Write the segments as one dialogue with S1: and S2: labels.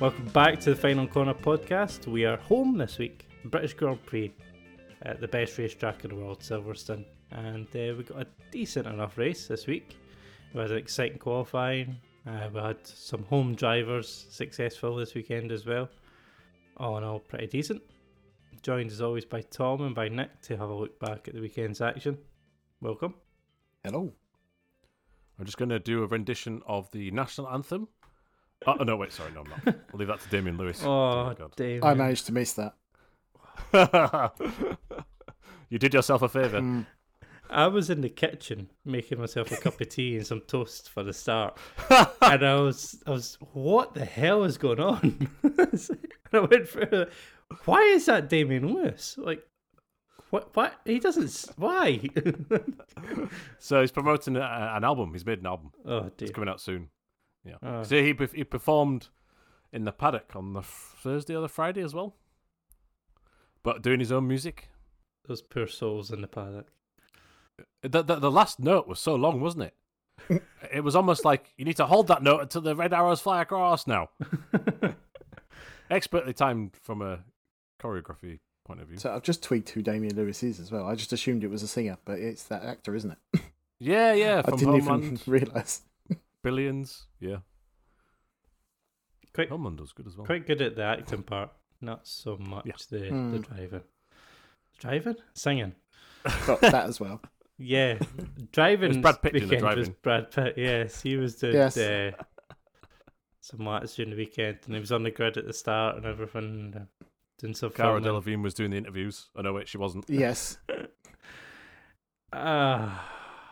S1: Welcome back to the Final Corner podcast. We are home this week, British Grand Prix, at the best racetrack in the world, Silverstone. And uh, we got a decent enough race this week. We had an exciting qualifying. Uh, we had some home drivers successful this weekend as well. All in all, pretty decent. Joined as always by Tom and by Nick to have a look back at the weekend's action. Welcome.
S2: Hello. I'm just going to do a rendition of the national anthem. Oh, no, wait, sorry, no, I'm not. I'll leave that to Damien Lewis.
S1: Oh,
S2: God.
S1: damn.
S3: I managed to miss that.
S2: you did yourself a favour.
S3: Mm.
S1: I was in the kitchen making myself a cup of tea and some toast for the start, and I was, I was, what the hell is going on? and I went through, it, why is that Damien Lewis? Like, what? What? He doesn't. s- Why?
S2: So he's promoting a, an album. He's made an album.
S1: oh dear.
S2: It's coming out soon. Yeah.
S1: Oh.
S2: so he perf- he performed in the paddock on the f- Thursday or the Friday as well, but doing his own music.
S1: Those poor souls in the paddock.
S2: The, the, the last note was so long, wasn't it? it was almost like you need to hold that note until the red arrows fly across now. Expertly timed from a choreography point of view.
S3: So I've just tweaked who Damien Lewis is as well. I just assumed it was a singer, but it's that actor, isn't it?
S2: yeah, yeah,
S3: I
S2: from
S3: didn't even
S2: Homeland,
S3: realise.
S2: Billions. Yeah,
S1: Quite,
S2: Homeland was good as well.
S1: quite good at the acting part, not so much the the
S3: Hmm.
S1: driving. Driving, singing.
S3: Got that as well.
S1: Yeah, driving.
S2: It was Brad Pitt doing the
S1: weekend was
S2: driving.
S1: Brad Pitt. Yes, he was doing
S3: Yes.
S1: uh, some laps during the weekend, and he was on the grid at the start and everything, uh, doing some
S2: Cara
S1: filming.
S2: Delevingne was doing the interviews. Oh no, wait, she wasn't.
S3: Yes.
S1: Ah.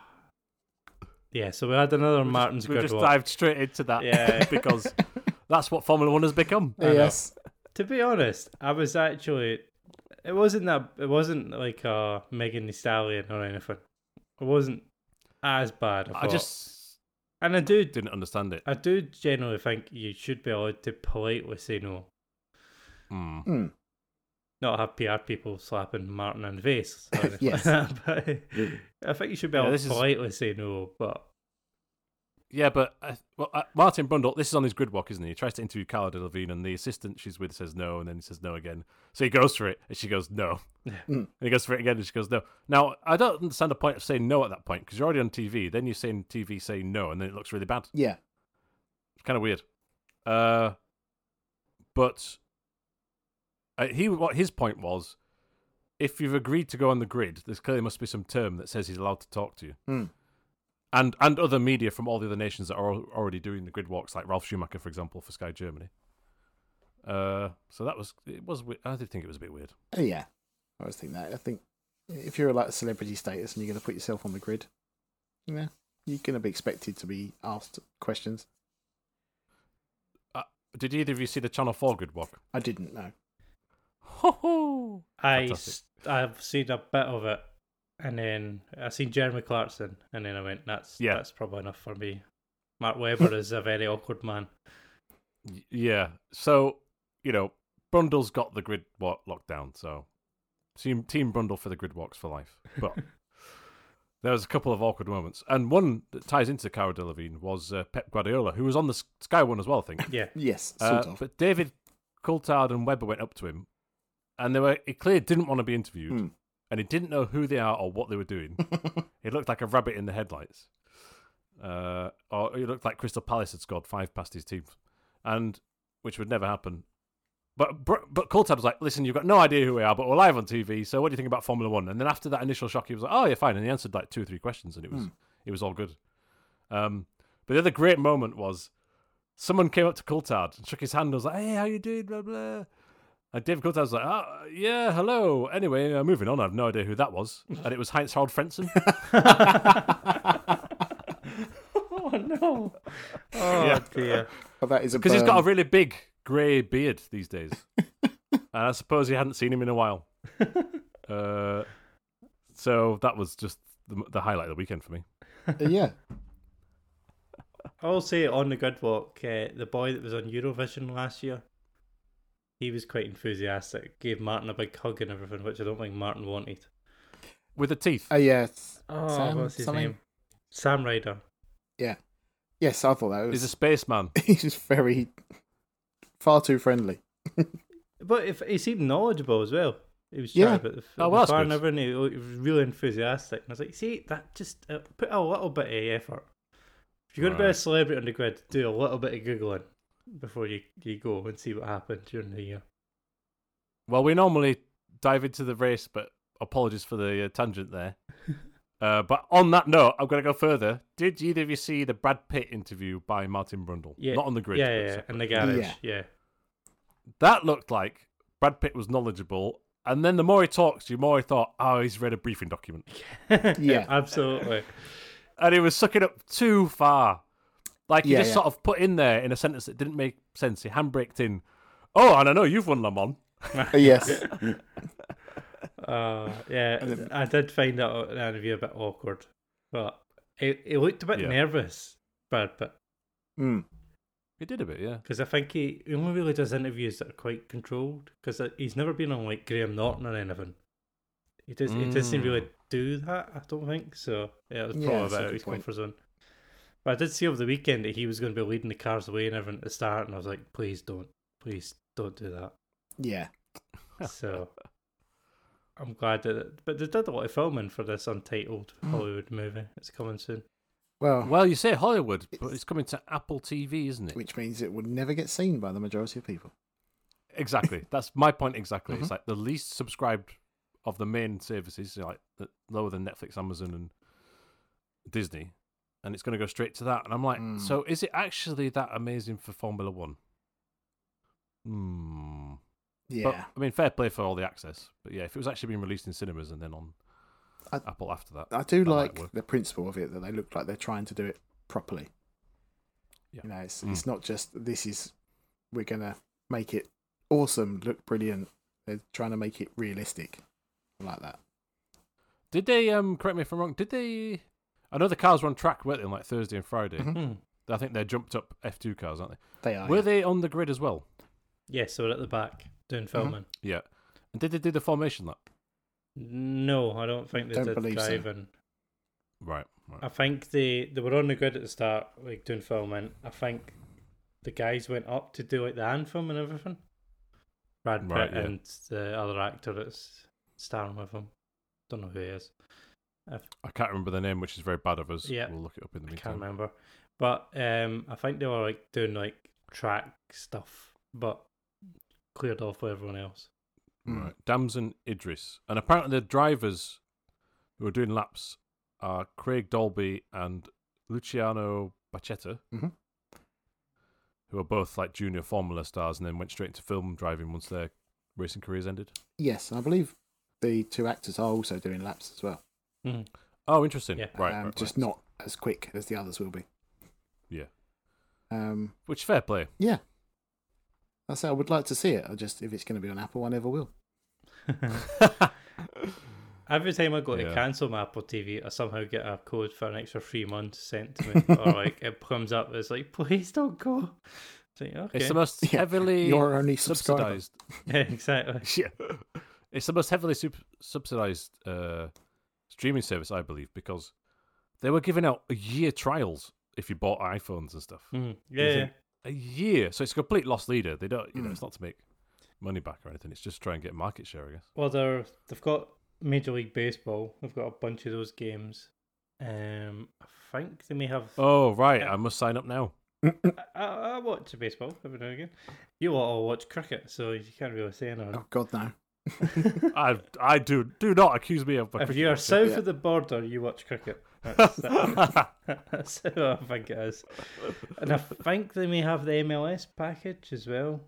S1: yeah. So we had another
S2: We just-
S1: Martin's
S2: we
S1: grid
S2: just
S1: walk.
S2: dived straight into that
S1: Yeah.
S2: because that's what Formula One has become.
S1: I know.
S3: yes.
S1: To be honest, I was actually. It wasn't that. It wasn't like uh, Megan Thee Stallion or anything. It wasn't as bad. I,
S2: I
S1: thought.
S2: just
S1: and I do
S2: didn't understand it.
S1: I do generally think you should be allowed to politely say no,
S2: Hmm.
S3: Hmm.
S1: not have PR people slapping Martin in the face. or anything
S3: Yes.
S1: like that, but I think you should be
S2: Yeah,
S1: able
S2: this
S1: to
S2: is-
S1: politely say no, but
S2: Yeah, but uh, well, uh, Martin Brundle, this is on his grid walk, isn't he? He tries to interview Cara Delevingne, and the assistant she's with says no, and then he says no again. So he goes for it, and she goes no. And he goes for it again, and she goes no. Now, I don't understand the point of saying no at that point because you're already on TV. Then you're saying TV say no, and then it looks really bad.
S3: Yeah.
S2: It's kind of weird. Uh, but uh, he what his point was, if you've agreed to go on the grid, there's clearly must be some term that says he's allowed to talk to you.
S3: Hmm.
S2: And and other media from all the other nations that are al- already doing the grid walks, like Ralph Schumacher, for example, for Sky Germany. Uh, so that was it was we- I did think it was a bit weird.
S3: Oh, yeah. I was thinking that. I think if you're like a celebrity status and you're going to put yourself on the grid, yeah, you're going to be expected to be asked questions.
S2: Uh, Did either of you see the Channel Four grid walk?
S3: I didn't know.
S2: Ho ho!
S1: I
S2: Fantastic.
S1: s- I've seen a bit of it, and then I seen Jeremy Clarkson, and then I went, that's
S2: Yeah.
S1: that's probably enough for me. Mark Webber is a very awkward man.
S2: Y- Yeah. So, you know, Brundle's got the grid walk locked down, so team team Brundle for the grid walks for life. But there was a couple of awkward moments. And one that ties into Cara Delevingne was uh, Pep Guardiola, who was on the S- Sky one as well, I think.
S1: Yeah,
S3: Yes,
S2: Uh,
S3: sort of.
S2: But David Coulthard and Webber went up to him, and they were he clearly didn't want to be interviewed,
S3: Hmm.
S2: and he didn't know who they are or what they were doing. he looked like a rabbit in the headlights, uh, or he looked like Crystal Palace had scored five past his team, and which would never happen. But Br- but Coulthard was like, "Listen, you've got no idea who we are, but we're live on TV. So what do you think about Formula One?" And then after that initial shock, he was like, "Oh, yeah, fine," and he answered like two or three questions, and it was
S3: Hmm.
S2: it was all good. Um, but the other great moment was someone came up to Coulthard and shook his hand. and was like, "Hey, how you doing?" Blah blah. And David Coulthard was like, "Ah, yeah, hello." Anyway, uh, moving on. I have no idea who that was, and it was Heinz Harald Frentzen.
S1: Oh no! Oh
S2: Yeah.
S1: dear.
S3: But that is a
S2: because he's got a
S3: burn.
S2: really big grey beard these days, and I suppose he hadn't seen him in a while. Uh, so that was just the, the highlight of the weekend for me.
S3: yeah.
S1: I will say on the grid walk, uh, the boy that was on Eurovision last year, he was quite enthusiastic. Gave Martin a big hug and everything, which I don't think Martin wanted.
S2: With the teeth,
S3: Oh, yeah. it's-
S1: Oh,
S3: Sam
S1: what's his
S3: something?
S1: name? Sam Ryder.
S3: Yes, I thought that was.
S2: he's a spaceman.
S3: he's very Far too friendly.
S1: But if he seemed knowledgeable as well. He was
S3: Yeah.
S1: yeah. about the,
S2: Oh,
S1: oh,
S2: well,
S1: well,
S2: that's
S1: the farm
S2: good.
S1: and everything. He was really enthusiastic. And I was like, see, that just uh, put a little bit of effort. If you're going to be a
S2: Right.
S1: celebrity on the grid, do a little bit of Googling before you, you go and see what happened during the year.
S2: Well, we normally dive into the race, but apologies for the uh, tangent there. uh, but on that note, I'm going to go further. Did either of you see the Brad Pitt interview by Martin Brundle?
S1: Yeah.
S2: Not on the grid.
S1: yeah,
S2: but
S1: yeah, yeah.
S2: separate.
S1: In the garage.
S3: Yeah.
S1: Yeah.
S2: That looked like Brad Pitt was knowledgeable. And then the more he talks, the more I thought, oh, he's read a briefing document.
S3: Yeah.
S1: Absolutely.
S2: And he was sucking up too far. Like, he
S3: Yeah,
S2: just
S3: yeah.
S2: sort of put in there in a sentence that didn't make sense. He handbraked in, oh, and I know you've won Le Mans.
S3: yes.
S1: Uh, yeah,
S3: then-
S1: I did find that interview a bit awkward, but he, he looked a bit
S2: Yeah.
S1: nervous, Brad Pitt,
S3: Mm.
S2: He did a bit, yeah.
S1: because I think he, he only really does interviews that are quite controlled, because he's never been on like Graham Norton or anything. He does he doesn't
S2: Mm.
S1: really do that. I don't think so. Yeah, it was
S3: Yeah,
S1: probably a
S3: that's
S1: bit
S3: a
S1: out of
S3: good
S1: his
S3: point.
S1: comfort zone. But I did see over the weekend that he was going to be leading the cars away and everything at the start, and I was like, please don't, please don't do that.
S3: Yeah.
S1: so I'm glad that. It, but they did a lot of filming for this untitled Hollywood movie. It's coming soon. Oh.
S3: Well,
S2: Well, you say Hollywood, but it's coming to Apple TV, isn't it?
S3: which means it would never get seen by the majority of people.
S2: Exactly. That's my point. Exactly.
S3: Mm-hmm.
S2: It's like the least subscribed of the main services, like the, lower than Netflix, Amazon, and Disney, and it's going to go straight to that. And I'm like,
S3: Mm.
S2: so is it actually that amazing for Formula One? Hmm.
S3: Yeah.
S2: But, I mean, fair play for all the access, but yeah, if it was actually being released in cinemas and then on
S3: I-
S2: Apple after that,
S3: I do
S2: That might
S3: like
S2: work.
S3: the principle of it that they look like they're trying to do it properly.
S2: Yeah.
S3: You know, it's,
S2: Mm.
S3: it's not just this is we're gonna make it awesome, look brilliant. They're trying to make it realistic, I like that.
S2: did they? Um, correct me if I'm wrong. Did they? I know the cars were on track, weren't they, on like Thursday and Friday?
S3: Mhm.
S1: Hmm.
S2: I think they're jumped up F2 cars, aren't they?
S3: They are.
S2: were
S3: Oh, yeah.
S2: they on the grid as well?
S1: Yeah, so we're at the back doing filming.
S2: Yeah. And did they do the formation lap?
S1: No, I don't think they
S3: Don't
S1: did
S3: believe so.
S1: driving.
S2: Right.
S1: I think they they were on the grid at the start, like doing filming. I think the guys went up to do like the anthem and everything. Brad Pitt
S2: Right, yeah.
S1: and the other actor that's starring with him. Don't know who he is.
S2: I can't remember the name, which is very bad of us.
S1: Yeah.
S2: We'll look it up in the
S1: I can't
S2: meantime.
S1: remember. But um, I think they were like doing like track stuff, but cleared off with everyone else.
S3: Mm.
S1: Hmm.
S2: Right. Damson Idris. And apparently the drivers who are doing laps are Craig Dolby and Luciano Bacchetta,
S1: Mm-hmm.
S3: Mhm.
S2: who are both like junior Formula stars and then went straight into film driving once their racing careers ended.
S3: Yes, and I believe the two actors are also doing laps as well.
S1: Mm.
S2: Oh, interesting.
S1: Yeah.
S2: Right.
S3: um,
S2: right,
S3: just
S2: right.
S3: not as quick as the others will be.
S2: Yeah.
S3: Um,
S2: Which fair play.
S3: yeah. I say I would like to see it. I just if it's going to be on Apple, I never will.
S1: Every time I go
S2: Yeah.
S1: to cancel my Apple TV, I somehow get a code for an extra three months sent to me, or like it comes up. It's like, please don't go. It's like, okay,
S2: It's the most
S3: Yeah.
S2: heavily
S3: Your only subscriber.
S2: subsidized
S1: yeah, exactly.
S2: yeah. It's the most heavily sup- subsidized uh, streaming service, I believe, because they were giving out a year trials if you bought iPhones and stuff.
S1: Mm,
S2: You
S1: Yeah,
S2: think, A year. So it's a complete loss leader. They don't, you know,
S3: Mm.
S2: it's not to make money back or anything. It's just try and get market share, I guess.
S1: well, they're they've got Major League Baseball. They've got a bunch of those games. Um, I think they may have.
S2: Oh, right.
S1: Yeah.
S2: I must sign up now.
S1: I, I, I watch baseball every now and again. You lot all watch cricket, so you can't really say anything.
S3: Oh God, no.
S2: I I do do not accuse me of. a
S1: if
S2: cricket
S1: you are
S2: watcher.
S1: south
S3: yeah.
S1: of the border, you watch cricket. That's, that, that's how I think it is. And I think they may have the MLS package as well.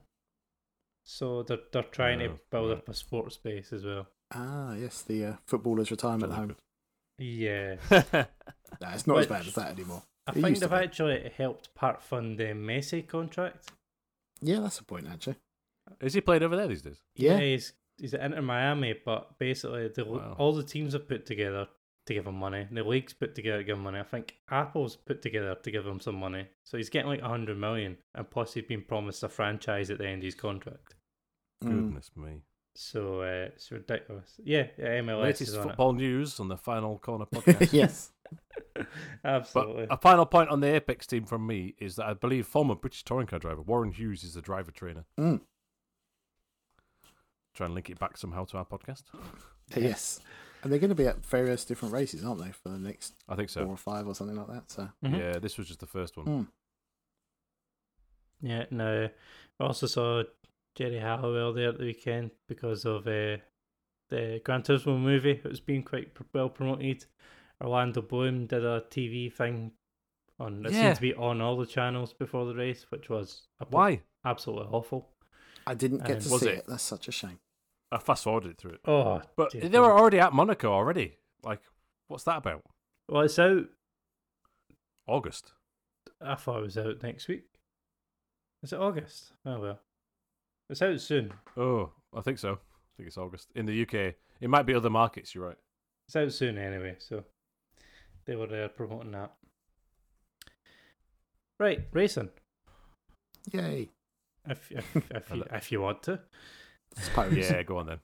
S1: So they're, they're trying to
S2: Oh,
S1: build
S2: right.
S1: up a sports base as well.
S3: Ah, yes, the uh, footballers' retirement
S2: Jolly
S3: home.
S2: good.
S1: Yeah.
S3: No, it's not as
S1: Which-
S3: bad as that anymore.
S1: I
S3: It
S1: think
S3: used to
S1: they've
S3: be.
S1: actually helped part fund the Messi contract.
S3: Yeah, that's a point actually.
S2: Is he playing over there these days?
S3: Yeah.
S1: he's, he's at Inter Miami, but basically the,
S2: Wow.
S1: all the teams have put together to give him money. The league's put together to give him money. I think Apple's put together to give him some money. So he's getting like 100 million, and plus he's been promised a franchise at the end of his contract.
S3: Mm.
S2: Goodness me.
S1: So uh, it's ridiculous. Yeah, yeah MLS
S2: Latest
S1: is on
S2: football news on the final corner podcast.
S3: yes.
S1: it.
S2: But uh,
S1: Absolutely.
S2: a final point on the Apex team from me is that I believe former British touring car driver Warren Hughes is the driver trainer.
S3: Mm.
S2: Try and link it back somehow to our podcast.
S3: Yes. And they're going to be at various different races, aren't they, for the next
S2: I think
S3: four
S2: so.
S3: or five or something like that? So,
S1: Mhm.
S2: Yeah, this was just the first one.
S3: hmm.
S1: Yeah, no. I also saw Jerry Halliwell there at the weekend because of uh, the Gran Turismo movie. It was being quite pr- well promoted. Orlando Bloom did a TV thing on. It
S2: Yeah.
S1: seemed to be on all the channels before the race, which was ab-
S2: Why?
S1: absolutely awful.
S3: I didn't get
S1: And
S3: to
S2: was
S3: see
S2: it-
S3: it. That's such a shame.
S2: I fast forwarded through it.
S1: Oh,
S2: But
S1: dear
S2: they
S1: God.
S2: were already at Monaco already. Like, what's that about?
S1: Well, it's out.
S2: August.
S1: I thought it was out next week. Is it August? Oh well, it's out soon.
S2: Oh, I think so. I think it's August in the UK. It might be other markets. You're right.
S1: It's out soon anyway, so they were there promoting that. Right, racing.
S3: Yay.
S1: If if if you, if you want to.
S3: Suppose.
S2: Yeah, go on then.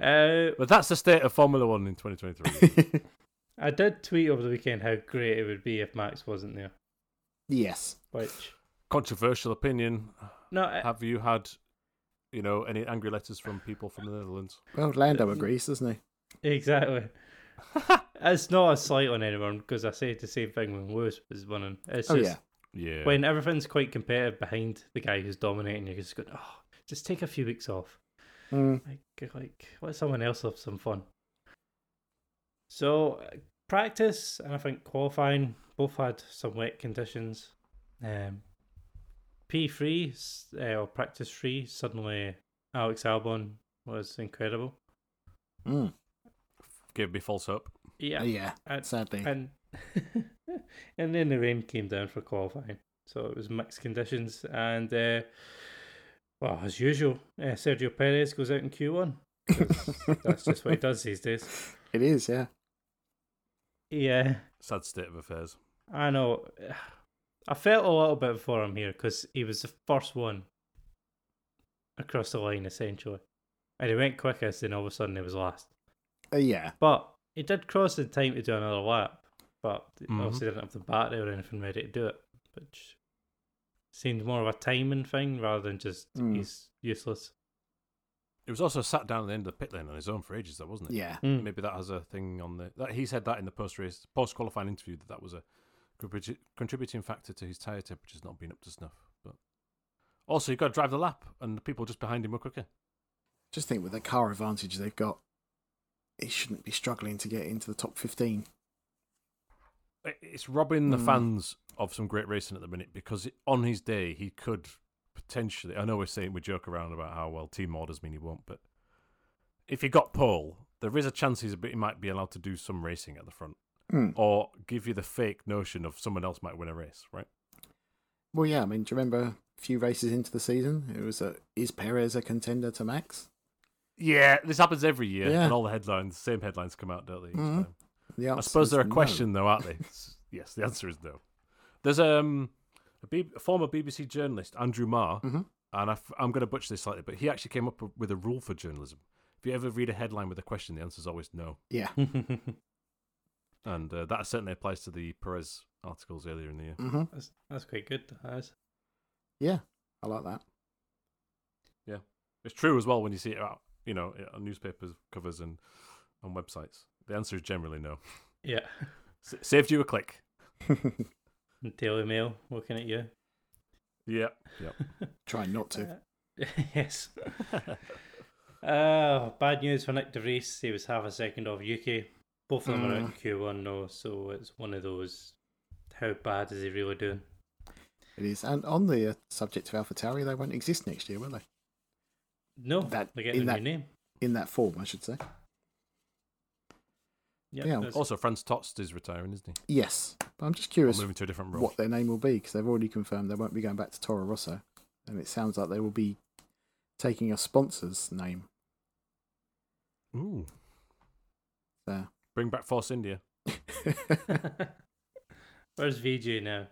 S1: Uh,
S2: But that's the state of Formula One in 2023.
S1: I did tweet over the weekend how great it would be if Max wasn't there.
S3: yes.
S1: Which
S2: Controversial opinion.
S1: no, I,
S2: Have you had, you know, any angry letters from people from the Netherlands?
S3: Well, Lando agrees, doesn't he?
S1: exactly. it's not a slight on anyone because I said the same thing when Lewis was winning. It's
S3: Oh,
S1: just
S3: yeah.
S2: Yeah.
S1: when everything's quite competitive behind the guy who's dominating, you're just going, oh, just take a few weeks off.
S3: Mm.
S1: Like, like let someone else have some fun. So uh, practice and I think qualifying both had some wet conditions. Um, P three uh, or practice three suddenly Alex Albon was incredible.
S3: Mm.
S2: Give me false hope.
S1: Yeah,
S3: Yeah.
S1: and-
S3: Sadly.
S1: and and then the rain came down for qualifying, so it was mixed conditions. And uh, well, as usual, uh, Sergio Perez goes out in Q one. That's just what he does these days.
S3: It is, yeah.
S1: Yeah,
S2: Sad state of affairs.
S1: I know. I felt a little bit for him here because he was the first one across the line essentially, and he went quickest, and all of a sudden he was last.
S3: Uh, yeah.
S1: But he did cross in time to do another lap, but
S2: Mhm.
S1: obviously didn't have the battery or anything ready to do it, which seemed more of a timing thing rather than just
S3: Mm.
S1: he's useless.
S2: He was also sat down at the end of the pit lane on his own for ages, though, wasn't it?
S3: Yeah.
S1: Mm.
S2: Maybe that has a thing on the. That, he said that in the post race, post qualifying interview, that that was a contribu- contributing factor to his tyre temperatures not being up to snuff. But also, you've got to drive the lap, and the people just behind him were quicker.
S3: Just think with the car advantage they've got, he shouldn't be struggling to get into the top 15.
S2: I- It's robbing the
S3: Mm.
S2: fans of some great racing at the minute because it, on his day he could potentially. I know we're saying we joke around about how well team orders mean he won't, but if he got pole, there is a chance he's a bit, he might be allowed to do some racing at the front.
S3: Mm.
S2: or give you the fake notion of someone else might win a race, right?
S3: Well, yeah, I mean, do you remember a few races into the season? It was a, is Perez a contender to Max?
S2: Yeah, this happens every year,
S3: Yeah.
S2: and all the headlines, same headlines come out, don't they? each
S3: Mhm.
S2: time?
S3: The
S2: I
S3: answer
S2: suppose
S3: is
S2: they're a
S3: no.
S2: question, though, aren't they? It's- yes, the answer is no. There's um, a, B- a former BBC journalist, Andrew Marr,
S3: Mhm.
S2: and I f- I'm going to butcher this slightly, but he actually came up with a rule for journalism. If you ever read a headline with a question, the answer is always no.
S3: Yeah.
S2: And uh, that certainly applies to the Perez articles earlier in the year.
S3: hmm
S1: that's, that's quite good. That is.
S3: Yeah. I like that.
S2: It's true as well when you see it out, you know, on newspapers, covers, and on websites. The answer is generally no.
S1: Yeah.
S2: S- saved you a click.
S1: And Daily Mail looking at you.
S2: Yeah.
S3: Try not to.
S1: yes. Oh, bad news for Nick De Vries. He was half a second off UK. Both of them are out in
S3: Mm.
S1: Q1 though, so it's one of those. How bad is he really doing?
S3: It is. And on the uh, subject of AlphaTauri, they won't exist next year, will they?
S1: No,
S3: That-
S1: they're getting a
S3: in
S1: new name.
S3: In that form, I should say.
S1: Yep,
S3: yeah,
S1: that's-
S2: Also, Franz Tost is retiring, isn't he?
S3: Yes. But I'm just
S2: Or
S3: curious
S2: moving to a different role.
S3: what their name will be because they've already confirmed they won't be going back to Toro Rosso. And it sounds like they will be taking a sponsor's name.
S2: Ooh.
S3: So.
S2: Bring back Force India.
S1: Where's VJ now?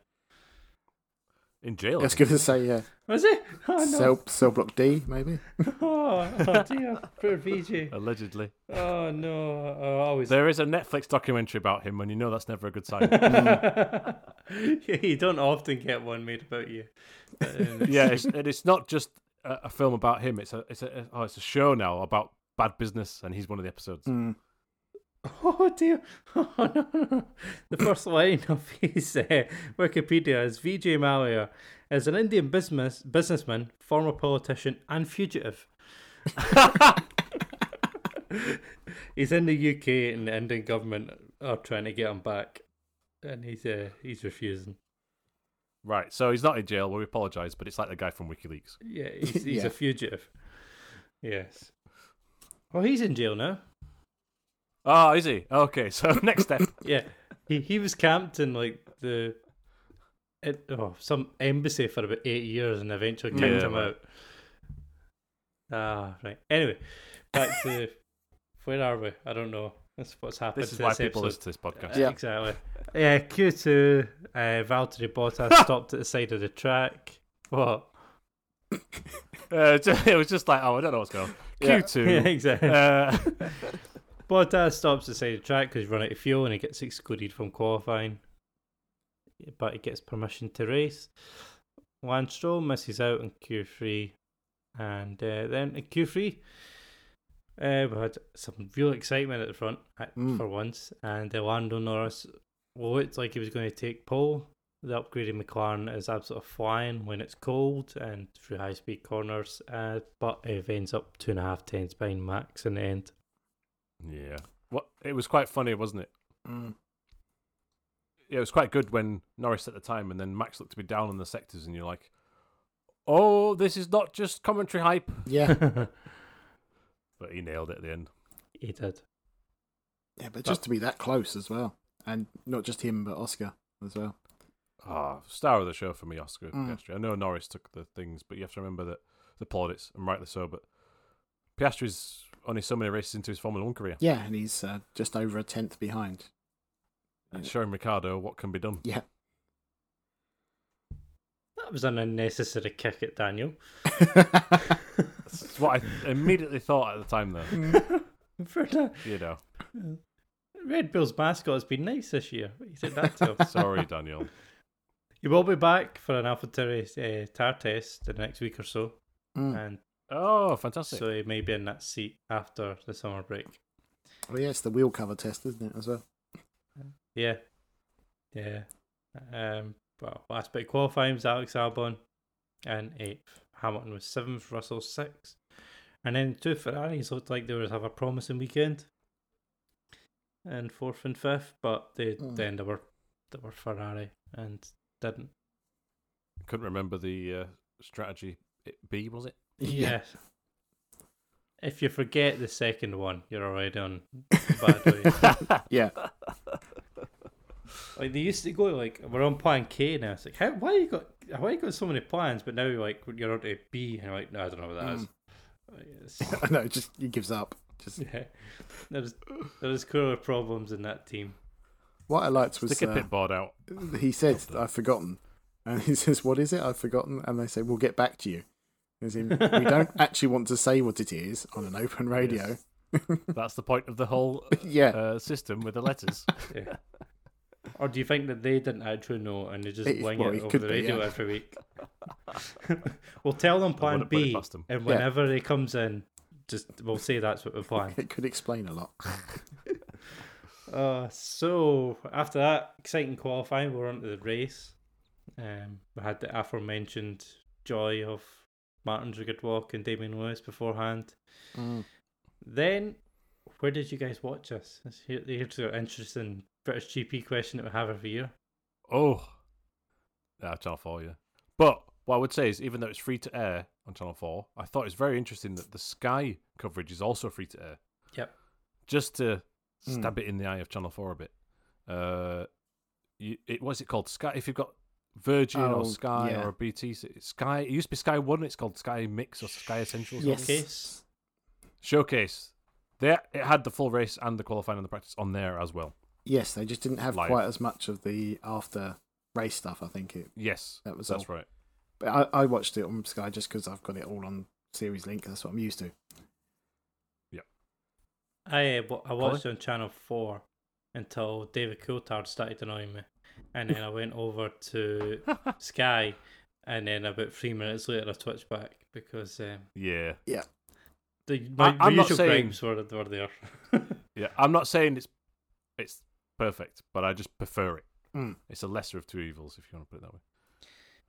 S2: in jail.
S3: I was going to say, yeah.
S1: Was it? Oh, no.
S3: Cell, cell block D, maybe?
S1: Oh, oh dear, poor VJ.
S2: Allegedly,
S1: Oh no, oh, I always.
S2: there is a Netflix documentary about him, and you know that's never a good sign.
S1: you don't often get one made about you. But, um,
S2: yeah, it's, and it's not just a, a film about him. It's a it's a oh, it's a show now about bad business, and he's one of the episodes.
S1: Hmm.
S3: Mm.
S1: Oh dear! Oh, no, no. The first line of his uh, Wikipedia is Vijay Malia is an Indian business businessman, former politician, and fugitive. he's in the UK, and the Indian government are trying to get him back, and he's uh, he's refusing.
S2: Right, so he's not in jail. Well, we apologise, but it's like the guy from WikiLeaks.
S1: Yeah, he's, he's
S3: Yeah.
S1: a fugitive. Yes. Well, he's in jail now.
S2: Oh, is he? Okay, so next step.
S1: Yeah, he he was camped in like the it, oh, some embassy for about eight years, and eventually kicked
S2: Yeah,
S1: him
S2: right.
S1: out. Ah, right. Anyway, back to where are we? I don't know. That's what's happened.
S2: This is
S1: to
S2: why
S1: this
S2: people
S1: episode.
S2: listen to this podcast.
S3: Yeah.
S1: exactly. Yeah, Q two. Uh, Valtteri Bottas stopped at the side of the track. What?
S2: Uh, ju- it was just like, oh, I don't know what's going on.
S3: Yeah.
S1: Yeah,
S2: Q2.
S1: exactly.
S2: Uh,
S1: Bottas stops to side the track because he's run out of fuel and he gets excluded from qualifying. But he gets permission to race. Lance Stroll misses out on Q3. And uh, then in Q3, uh, we had some real excitement at the front at,
S3: Mm.
S1: for once. And uh, Lando Norris looked like he was going to take pole. The upgraded McLaren is absolutely flying when it's cold and through high speed corners. Uh, but it ends up two and a half tenths behind Max in the end.
S2: yeah. What? It was quite funny, wasn't it?
S3: Mm.
S2: Yeah, it was quite good when Norris at the time, and then Max looked to be down in the sectors, and you're like, oh, this is not just commentary hype.
S3: Yeah.
S2: But he nailed it at the end.
S1: he did.
S3: yeah, but just to be that close as well. And not just him, but Oscar as well.
S2: Ah, star of the show for me, Oscar
S3: Mm.
S2: Piastri. I know Norris took the things, but you have to remember that the plaudits, and rightly so. But Piastri's only so many races into his Formula One career,
S3: Yeah, and he's uh, just over a tenth behind.
S2: and showing Ricardo what can be done.
S3: Yeah.
S1: That was an unnecessary kick at Daniel.
S3: Mm.
S2: That's what I immediately thought at the time, though.
S1: For the-
S2: You know,
S1: Red Bull's mascot has been nice this year. He said that to him.
S2: sorry, Daniel.
S1: he will be back for an AlphaTauri uh, tar test the next week or so,
S3: Mm.
S1: and
S2: Oh, fantastic!
S1: so he may be in that seat after the summer break.
S3: Well, yeah, it's the wheel cover test, isn't it, as well?
S1: Yeah, yeah. Um, well, last bit of qualifying was Alex Albon, and eighth. Hamilton was seventh. Russell sixth, and then two Ferraris looked like they would have a promising weekend. And fourth and fifth, but they
S3: Mm.
S1: then they were they were Ferrari and didn't.
S2: Couldn't remember the uh, strategy. It- B was it?
S1: Yeah. If you forget the second one, you're already on bad way.
S3: Yeah.
S1: Like they used to go like we're on plan K now. It's like how why you got why you got so many plans, but now you're like you're on to B and you're like no I don't know what that is. Like,
S3: Mm. I know, just he gives up. Just
S1: it's- yeah. There's there's clearly problems in that team.
S3: what I liked was
S2: Stick a
S3: uh,
S2: pit board out.
S3: he said, "I've forgotten," and he says, "What is it? I've forgotten." And they say, "We'll get back to you." As in, we don't actually want to say what it is on an open radio.
S2: That's the point of the whole
S3: Yeah,
S2: uh, system with the letters.
S1: Yeah. or do you think that they didn't actually know and they just
S3: It-
S1: wing
S3: well,
S1: it
S3: it
S1: over
S3: could
S1: the
S3: be,
S1: radio
S3: yeah.
S1: every week? we'll tell them plan
S2: wouldn't put it
S1: B,
S2: past them.
S1: and whenever he comes in, just we'll say that's what we plan.
S3: it could explain a lot.
S1: Uh, so after that exciting qualifying, we're on to the race. Um, we had the aforementioned joy of Martin Goodwalk and Damien Lewis beforehand. Mm. Then, where did you guys watch us? That's here- Here's an interesting British GP question that we have every year.
S2: Oh, yeah, Channel 4, yeah. But what I would say is, even though it's free to air on Channel 4, I thought it was very interesting that the Sky coverage is also free to air.
S1: Yep.
S2: Just to stab
S3: Hmm.
S2: it in the eye of Channel 4 a bit. Uh, you, it What's it called? Sky. If you've got Virgin
S3: Oh,
S2: or Sky
S3: yeah.
S2: or a BT, s- Sky. It used to be Sky 1, it's called Sky Mix or Sky Essentials.
S1: Yes. Showcase.
S2: Showcase. They, it had the full race and the qualifying and the practice on there as well.
S3: Yes, they just didn't have
S2: Live.
S3: quite as much of the after race stuff. I think it.
S2: Yes,
S3: That was
S2: that's
S3: all.
S2: right.
S3: But I, I watched it on Sky just because I've got it all on Series Link. That's what I'm used to.
S1: I uh, wa- I watched it on Channel Four until David Coulthard started annoying me, and then I went over to Sky, and then about three minutes later I switched back because um,
S2: Yeah,
S1: the my, my
S2: I'm not
S1: usual
S2: saying-
S1: crimes were were there.
S2: yeah. I'm not saying it's it's perfect, but I just prefer it.
S3: Mm.
S2: It's a lesser of two evils, if you want to put it that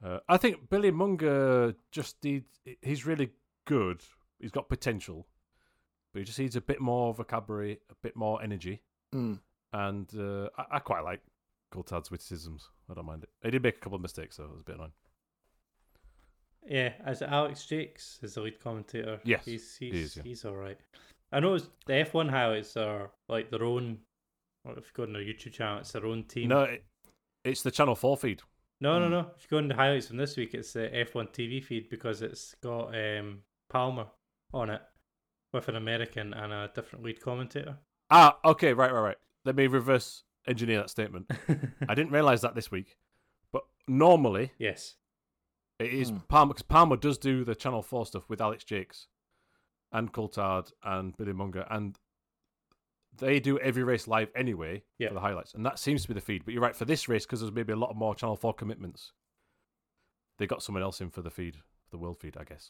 S2: way. Uh, I think Billy Munger just needs. He's really good. He's got potential, but he just needs a bit more vocabulary, a bit more energy,
S3: Mm.
S2: and uh, I, I quite like Coulthard's witticisms. I don't mind it. He did make a couple of mistakes, though. It was a bit annoying.
S1: yeah, as Alex Jakes is the lead commentator.
S2: Yes,
S1: he's
S2: he
S1: he's,
S2: is, yeah.
S1: he's all right. I know it's, the F one highlights are like their own. Well, if you go on their YouTube channel, it's their own team.
S2: No, it, it's the Channel Four feed.
S1: No, no,
S3: Mm.
S1: no. If you go on the highlights from this week, it's the F1 TV feed because it's got um, Palmer on it with an American and a different lead commentator.
S2: Ah, okay, right, right, right. Let me reverse engineer that statement. I didn't realize that this week, but normally
S1: yes.
S2: it is
S3: Hmm.
S2: Palmer because Palmer does do the Channel Four stuff with Alex Jakes and Coulthard and Billy Munger, and they do every race live anyway
S1: Yeah.
S2: for the highlights, and that seems to be the feed. But you're right for this race because there's maybe a lot more Channel Four commitments. They got someone else in for the feed, the world feed, I guess.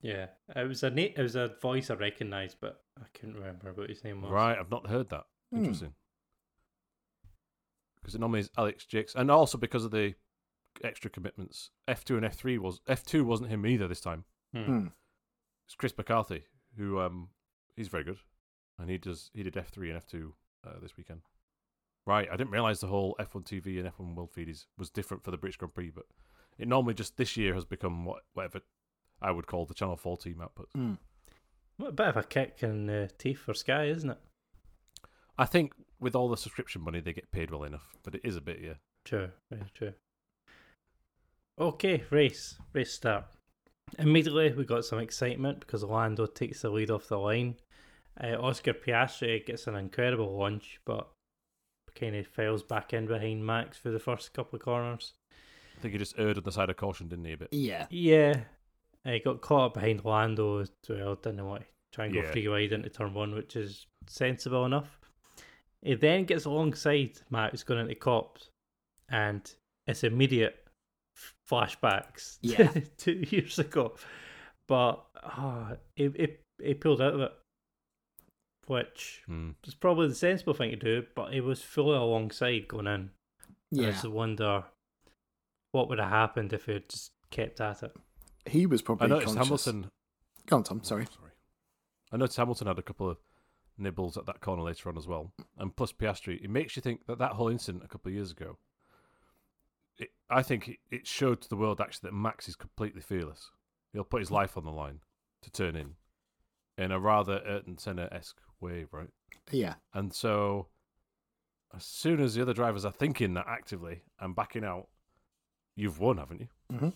S1: Yeah. It was a na- it was a voice I recognised, but I couldn't remember what his name was.
S2: Right, I've not heard that.
S3: Hmm.
S2: Interesting. Because it normally is Alex Jakes, and also because of the extra commitments, F two and F three was F two wasn't him either this time.
S1: Hmm.
S3: Mm.
S2: It's Chris McCarthy who um he's very good, and he does he did F three and F two uh, this weekend. Right, I didn't realize the whole F one TV and F one World Feed is was different for the British Grand Prix, but it normally just this year has become what whatever I would call the Channel Four team output.
S3: Mm.
S1: What a bit of a kick in the teeth for Sky, isn't it?
S2: I think with all the subscription money they get paid well enough, but it is a bit yeah.
S1: True. Very true. Okay, race. Race start. Immediately, we got some excitement because Lando takes the lead off the line. Uh, Oscar Piastri gets an incredible launch, but kind of fails back in behind Max for the first couple of corners.
S2: I think he just erred on the side of caution, didn't he? A bit.
S3: Yeah.
S1: Yeah, uh, he got caught up behind Lando as well. Didn't want to try and go
S2: Yeah.
S1: free wide into turn one, which is sensible enough. He then gets alongside Max going into cops, and it's immediate f- flashbacks
S3: Yeah.
S1: to two years ago. But ah, he, he, he pulled out of it, which
S2: Mm.
S1: was probably the sensible thing to do, but he was fully alongside going in. I
S3: Yeah.
S1: just wonder what would have happened if he had just kept at it.
S3: He was
S2: I
S3: probably.
S2: noticed
S3: conscious.
S2: Hamilton.
S3: Go on, Tom. Sorry.
S2: sorry. I noticed Hamilton had a couple of nibbles at that corner later on as well, and plus Piastri. It makes you think that that whole incident a couple of years ago. It, I think it, it showed to the world actually that Max is completely fearless. He'll put his life on the line to turn in, in a rather Ayrton Senna esque way, right?
S3: Yeah.
S2: And so, as soon as the other drivers are thinking that actively and backing out, you've won, haven't you?
S3: hmm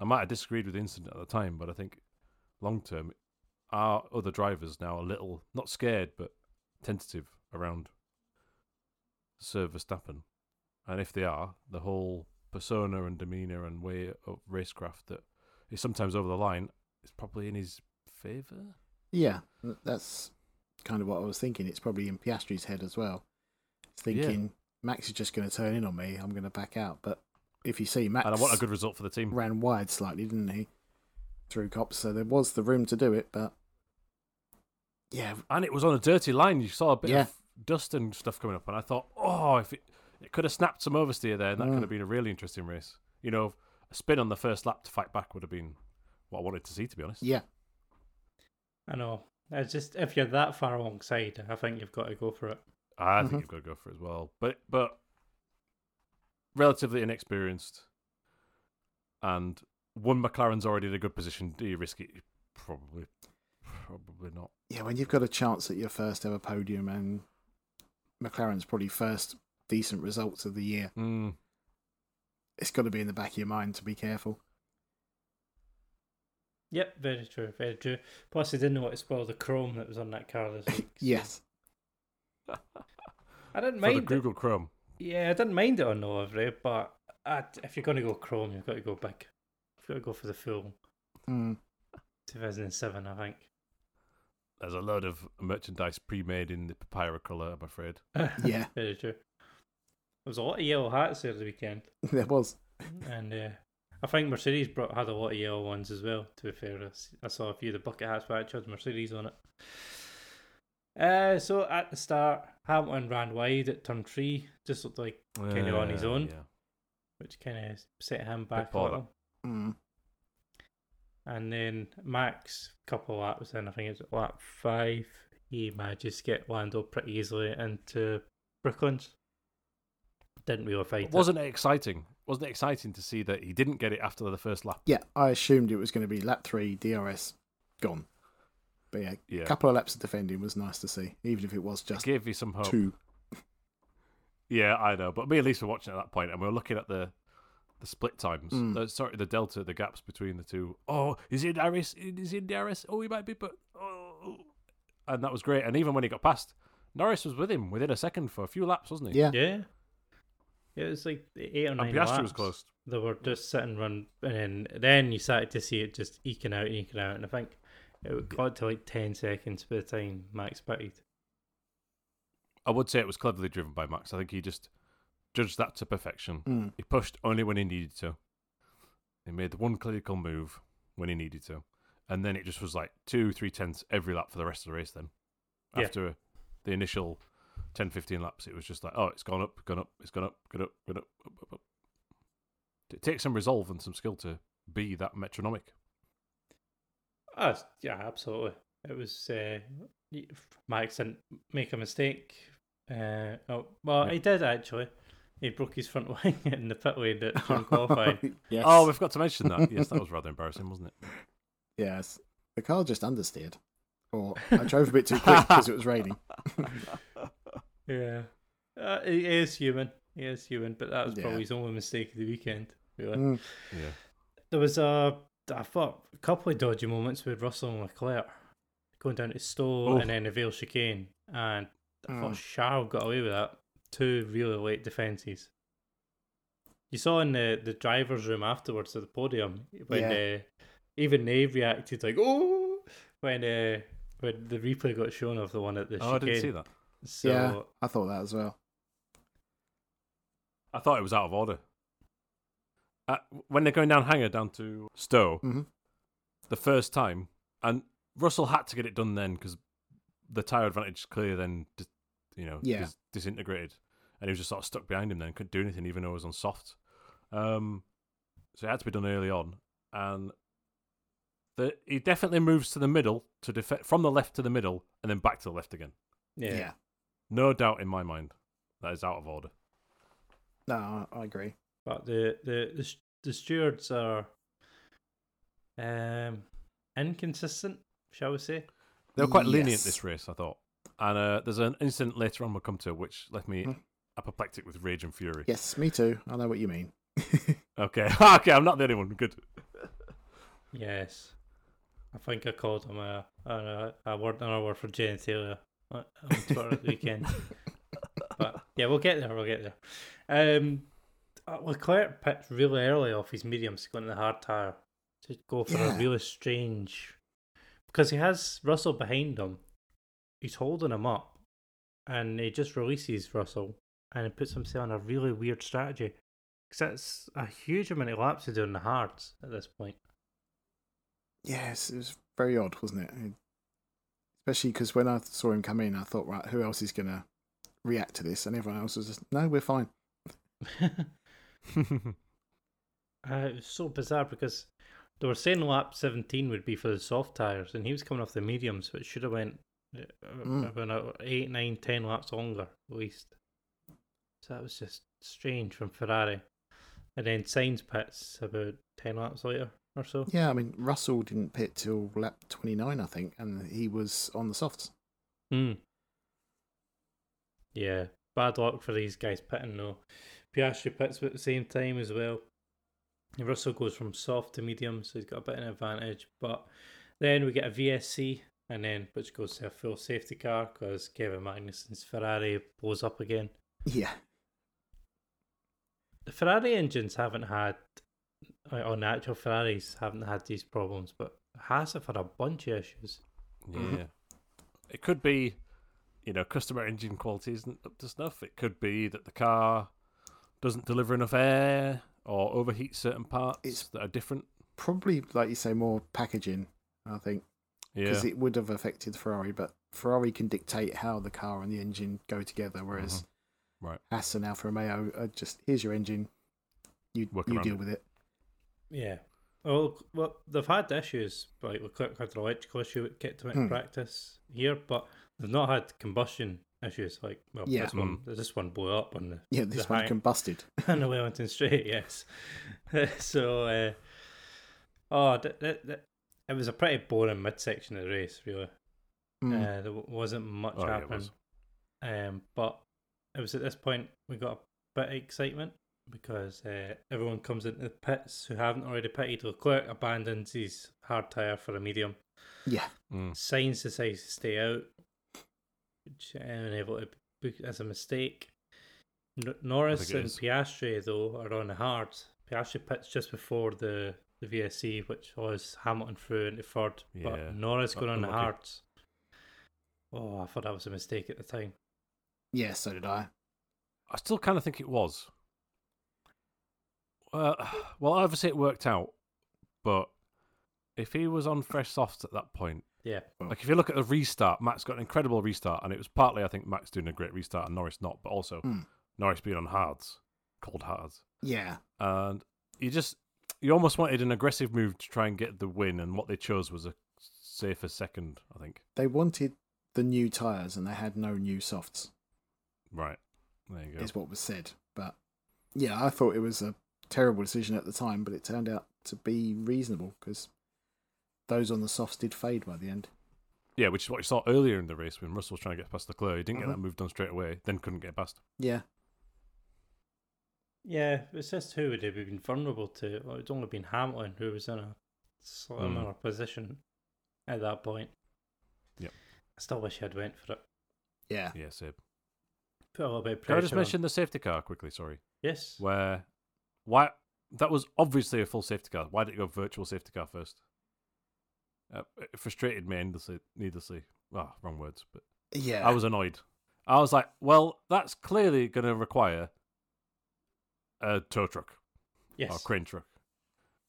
S2: I might have disagreed with the incident at the time, but I think long term, are other drivers now a little not scared but tentative around Sir Verstappen? And if they are, the whole persona and demeanour and way of racecraft that is sometimes over the line is probably in his favour.
S3: Yeah. Th- That's kind of what I was thinking. It's probably in Piastri's head as well. He's
S2: Yeah.
S3: thinking Max is just going to turn in on me. I'm going to back out. But if you see Max,
S2: And I want a good result for the team.
S3: ran wide slightly, didn't he? Through cops, so there was the room to do it, but yeah,
S2: And it was on a dirty line. You saw a bit
S3: Yeah.
S2: of dust and stuff coming up, and I thought, oh, if it, it could have snapped some oversteer there, and that
S3: Mm.
S2: could have been a really interesting race. You know, a spin on the first lap to fight back would have been what I wanted to see, to be honest.
S3: yeah,
S1: I know. It's just if you're that far alongside, I think you've got to go for it.
S2: I
S3: Mhm.
S2: think you've got to go for it as well, but but relatively inexperienced, and one McLaren's already in a good position. Do you risk it? Probably, probably not.
S3: yeah. When you've got a chance at your first ever podium and McLaren's probably first decent results of the year,
S2: Mm.
S3: it's got to be in the back of your mind to be careful.
S1: Yep, very true, very true. Plus, they didn't want to spoil the chrome that was on that car this week. so-
S3: Yes,
S1: I didn't
S2: For the
S1: mind. it.
S2: Google Chrome,
S1: Yeah, I didn't mind it on delivery, but i if you're going to go Chrome, you've got to go big. You've got to go for the full
S3: Mm.
S1: 2007, I think.
S2: There's a load of merchandise pre-made in the papyrus colour, I'm afraid.
S3: Yeah,
S1: Very true. There was a lot of yellow hats there the weekend,
S3: there was.
S1: and uh, I think Mercedes brought had a lot of yellow ones as well. To be fair, I s- I saw a few of the bucket hats but actually had Mercedes on it. Uh, so at the start, Hamilton ran wide at turn three, just looked like Kenny on his
S2: Uh,
S1: own.
S2: Yeah.
S1: which kind of set him back a
S2: poor, that.
S1: little.
S3: Mm.
S1: And then Max, couple laps in, I think it's lap five, he manages to get Lando pretty easily into Brooklands. Didn't really fight.
S2: But
S1: it.
S2: Wasn't it exciting? Wasn't it exciting to see that he didn't get it after the first lap?
S3: Yeah, I assumed it was going to be lap three, DRS gone. But yeah,
S2: Yeah.
S3: a couple of laps of defending was nice to see, even if it was
S2: It
S3: just
S2: gave you some hope.
S3: two.
S2: Yeah, I know. But me and Lisa were watching at that point, and we were looking at the the split times.
S3: Mm.
S2: The- sorry, the delta, the gaps between the two. Oh, is he in DRS? Is he in DRS? Oh, he might be, but oh. And that was great. And even when he got past, Norris was with him within a second for a few laps, wasn't he?
S3: Yeah,
S1: Yeah. It was like eight or
S2: And
S1: nine
S2: Piastri was
S1: laps.
S2: close.
S1: They were just sitting run, and then, then you started to see it just eking out and eking out. And I think it got to like 10 seconds by the time Max pitted.
S2: I would say it was cleverly driven by Max. I think he just judged that to perfection.
S3: Mm.
S2: He pushed only when he needed to. He made the one clinical move when he needed to. And then it just was like two, three tenths every lap for the rest of the race then.
S1: Yeah.
S2: After the initial 10, 15 laps, it was just like, oh, it's gone up, gone up, it's gone up, gone up, gone up, up, up, up. It takes some resolve and some skill to be that metronomic.
S1: Oh, yeah, absolutely. It was uh, y- Max didn't make a mistake. Uh, oh, well,
S2: Yeah.
S1: he did actually. He broke his front wing in the pit lane at- during qualifying.
S3: yes.
S2: Oh, we forgot to mention that. yes, that was rather embarrassing, wasn't it?
S3: yes. The car just understeered. Or I drove a bit too quick because it was raining.
S1: yeah, uh, he is human. He is human, but that was
S3: Yeah.
S1: probably his only mistake of the weekend. Really.
S3: Mm.
S2: Yeah.
S1: There was a, I thought, a couple of dodgy moments with Russell and Leclerc going down to Stowe
S2: Oof.
S1: and then the Vale chicane, and I thought
S3: Mm.
S1: Charles got away with that. Two really late defences. You saw in the, the driver's room afterwards at the podium when uh, even they reacted like oh when uh, when the replay got shown of the one at the
S2: Oh, I
S1: chicane.
S2: didn't see that.
S1: So
S3: Yeah, I thought that as well.
S2: I thought it was out of order. Uh, when they're going down Hanger down to Stowe
S3: Mhm.
S2: the first time, and Russell had to get it done then because the tire advantage clear then, dis- you know,
S3: Yeah.
S2: dis- disintegrated, and he was just sort of stuck behind him then, couldn't do anything even though it was on soft. Um, so it had to be done early on, and the, he definitely moves to the middle to def- from the left to the middle and then back to the left again.
S1: yeah.
S2: No doubt in my mind that is out of order.
S3: No, I I agree.
S1: But the the the, s- the stewards are um inconsistent, shall we say?
S2: They were quite lenient
S3: Yes.
S2: this race, I thought. And uh, there's an incident later on we'll come to which left me
S3: Hmm.
S2: apoplectic with rage and fury.
S3: Yes, me too. I know what you mean.
S2: Okay, okay, I'm not the only one. Good.
S1: Yes. I think I called him a a, a word another word for genitalia on on Twitter at the weekend. But yeah, we'll get there. We'll get there. Um, uh, Leclerc picked really early off his mediums to go into the hard tire to go for a
S3: Yeah.
S1: really strange because he has Russell behind him. He's holding him up, and he just releases Russell and he puts himself on a really weird strategy. Because that's a huge amount of laps to do in the hards at this point.
S3: Yes, it was very odd, wasn't it? It- Especially because when I saw him come in, I thought, right, who else is going to react to this? And everyone else was just, no, we're fine.
S1: Uh, it was so bizarre because they were saying lap 17 would be for the soft tyres, and he was coming off the mediums, which should have went uh,
S3: Mm.
S1: about 8, 9, 10 laps longer, at least. So that was just strange from Ferrari. And then Sainz pits about 10 laps later or so.
S3: Yeah, I mean, Russell didn't pit till lap 29, I think, and he was on the softs.
S1: Mm. Yeah, bad luck for these guys pitting though. Piastri pits at the same time as well. Russell goes from soft to medium, so he's got a bit of an advantage. But then we get a VSC, and then which goes to a full safety car because Kevin Magnussen's Ferrari blows up again.
S3: Yeah.
S1: the Ferrari engines haven't had, uh, on the actual Ferraris, haven't had these problems, but Haas have had a bunch of issues.
S2: Yeah. It could be, you know, customer engine quality isn't up to snuff. It could be that the car doesn't deliver enough air or overheats certain parts
S3: It's-
S2: that are different.
S3: Probably, like you say, more packaging. I think
S2: Yeah.
S3: because it would have affected Ferrari, but Ferrari can dictate how the car and the engine go together, whereas
S2: Mm-hmm. Right.
S3: Haas and Alfa Romeo are just here's your engine, you
S2: Work
S3: you
S2: around
S3: deal
S2: it.
S3: with it.
S1: Yeah. Well, well, they've had issues like with quick hydroelectrical issue at Kitmik
S3: Hmm.
S1: practice here, but they've not had combustion issues. Like, well,
S3: Yeah.
S1: this one, this one blew up on the
S3: Yeah, this
S1: the
S3: one
S1: hang-
S3: combusted.
S1: on the Wellington Strait, yes. so, uh, oh, th- th- th- it was a pretty boring midsection of the race, really.
S3: Mm.
S1: Uh, there w- wasn't much
S2: Oh, yeah, it
S1: happening.
S2: was.
S1: um, but it was at this point we got a bit of excitement because uh, everyone comes into the pits who haven't already pitted. Leclerc abandons his hard tyre for a medium.
S3: yeah,
S2: Mm.
S1: Signs decides to stay out, which I am unable to book as a mistake. N- Norris
S2: think it
S1: and
S2: is.
S1: Piastri though are on the hard. Piastri pits just before the, the VSC, which was Hamilton through into third,
S2: Yeah,
S1: but Norris
S2: but
S1: going on the
S2: unlucky.
S1: hards. Oh, I thought that was a mistake at the time.
S3: yeah. So did I.
S2: I still kind of think it was. Uh, well, obviously it worked out, but if he was on fresh softs at that point,
S1: Yeah,
S2: Like if you look at the restart, Max got an incredible restart, and it was partly I think Max doing a great restart and Norris not, but also
S3: Hmm.
S2: Norris being on hards, cold hards,
S3: Yeah,
S2: and you just you almost wanted an aggressive move to try and get the win, and what they chose was a safer second, I think.
S3: they wanted the new tires and they had no new softs.
S2: Right there you go.
S3: Is what was said. But yeah, I thought it was a terrible decision at the time, but it turned out to be reasonable because those on the softs did fade by the end.
S2: Yeah, which is what you saw earlier in the race when Russell was trying to get past Leclerc. He didn't
S3: Mhm.
S2: get that move done straight away, then couldn't get past.
S3: Yeah,
S1: yeah. It's just who would have been vulnerable to. Well, it's only been Hamilton who was in a slimmer position at that point.
S2: Mm. Yep.
S1: I still wish I'd went for it.
S3: yeah,
S2: Yeah, Sib.
S1: Put a little bit of
S2: Can
S1: pressure.
S2: I just
S1: on.
S2: mention the safety car quickly? Sorry.
S1: Yes.
S2: where why that was obviously a full safety car. Why did it go virtual safety car first? Uh, it frustrated me endlessly, needlessly. Ah, wrong words, but
S3: yeah.
S2: I was annoyed. I was like, well, that's clearly going to require a tow truck
S1: yes.
S2: or crane truck.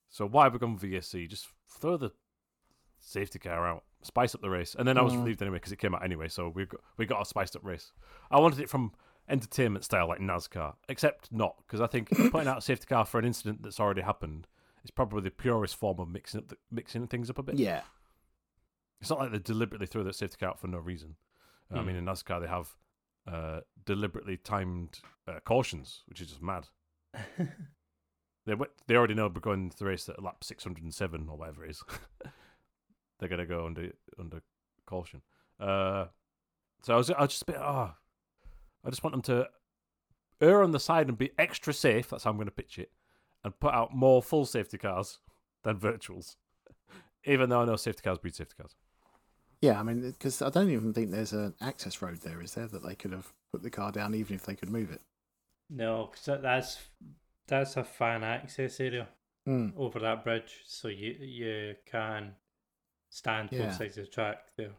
S2: So why have we gone VSC? Just throw the safety car out, spice up the race, and then I was
S3: Mm.
S2: relieved anyway because it came out anyway. So we got we got a spiced up race. I wanted it from entertainment style like NASCAR, except not because I think putting out a safety car for an incident that's already happened is probably the purest form of mixing up the, mixing things up a bit.
S3: yeah,
S2: It's not like they deliberately threw that safety car out for no reason. Uh, I
S1: Hmm.
S2: mean, in NASCAR they have uh, deliberately timed uh, cautions, which is just mad. they went, they already know we're going into the race at lap 607 or whatever it is. They're going to go under under caution. Uh, so I was, I was just a bit, oh, I just want them to err on the side and be extra safe. That's how I'm going to pitch it. And put out more full safety cars than virtuals. Even though I know safety cars breed safety cars.
S3: yeah. I mean, because I don't even think there's an access road there, is there? That they could have put the car down, even if they could move it.
S1: No, 'cause that, that's that's a fan access area
S3: Mm.
S1: over that bridge, so you you can stand
S3: Yeah.
S1: both sides of the track there.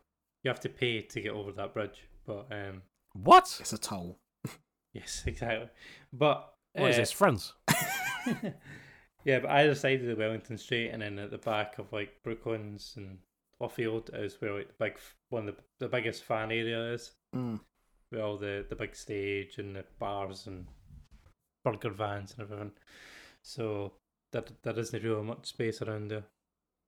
S1: You have to pay to get over that bridge, but um,
S2: What?
S3: It's a toll.
S1: yes, exactly. But
S2: What is
S1: uh,
S3: eh.
S2: this, France?
S1: yeah, but either side of the Wellington Street, and then at the back of like Brooklands and Offield is where like the big f- one of the, the biggest fan area is,
S3: Mm.
S1: with all the the big stage and the bars and burger vans and everything. So that there isn't really much space around there.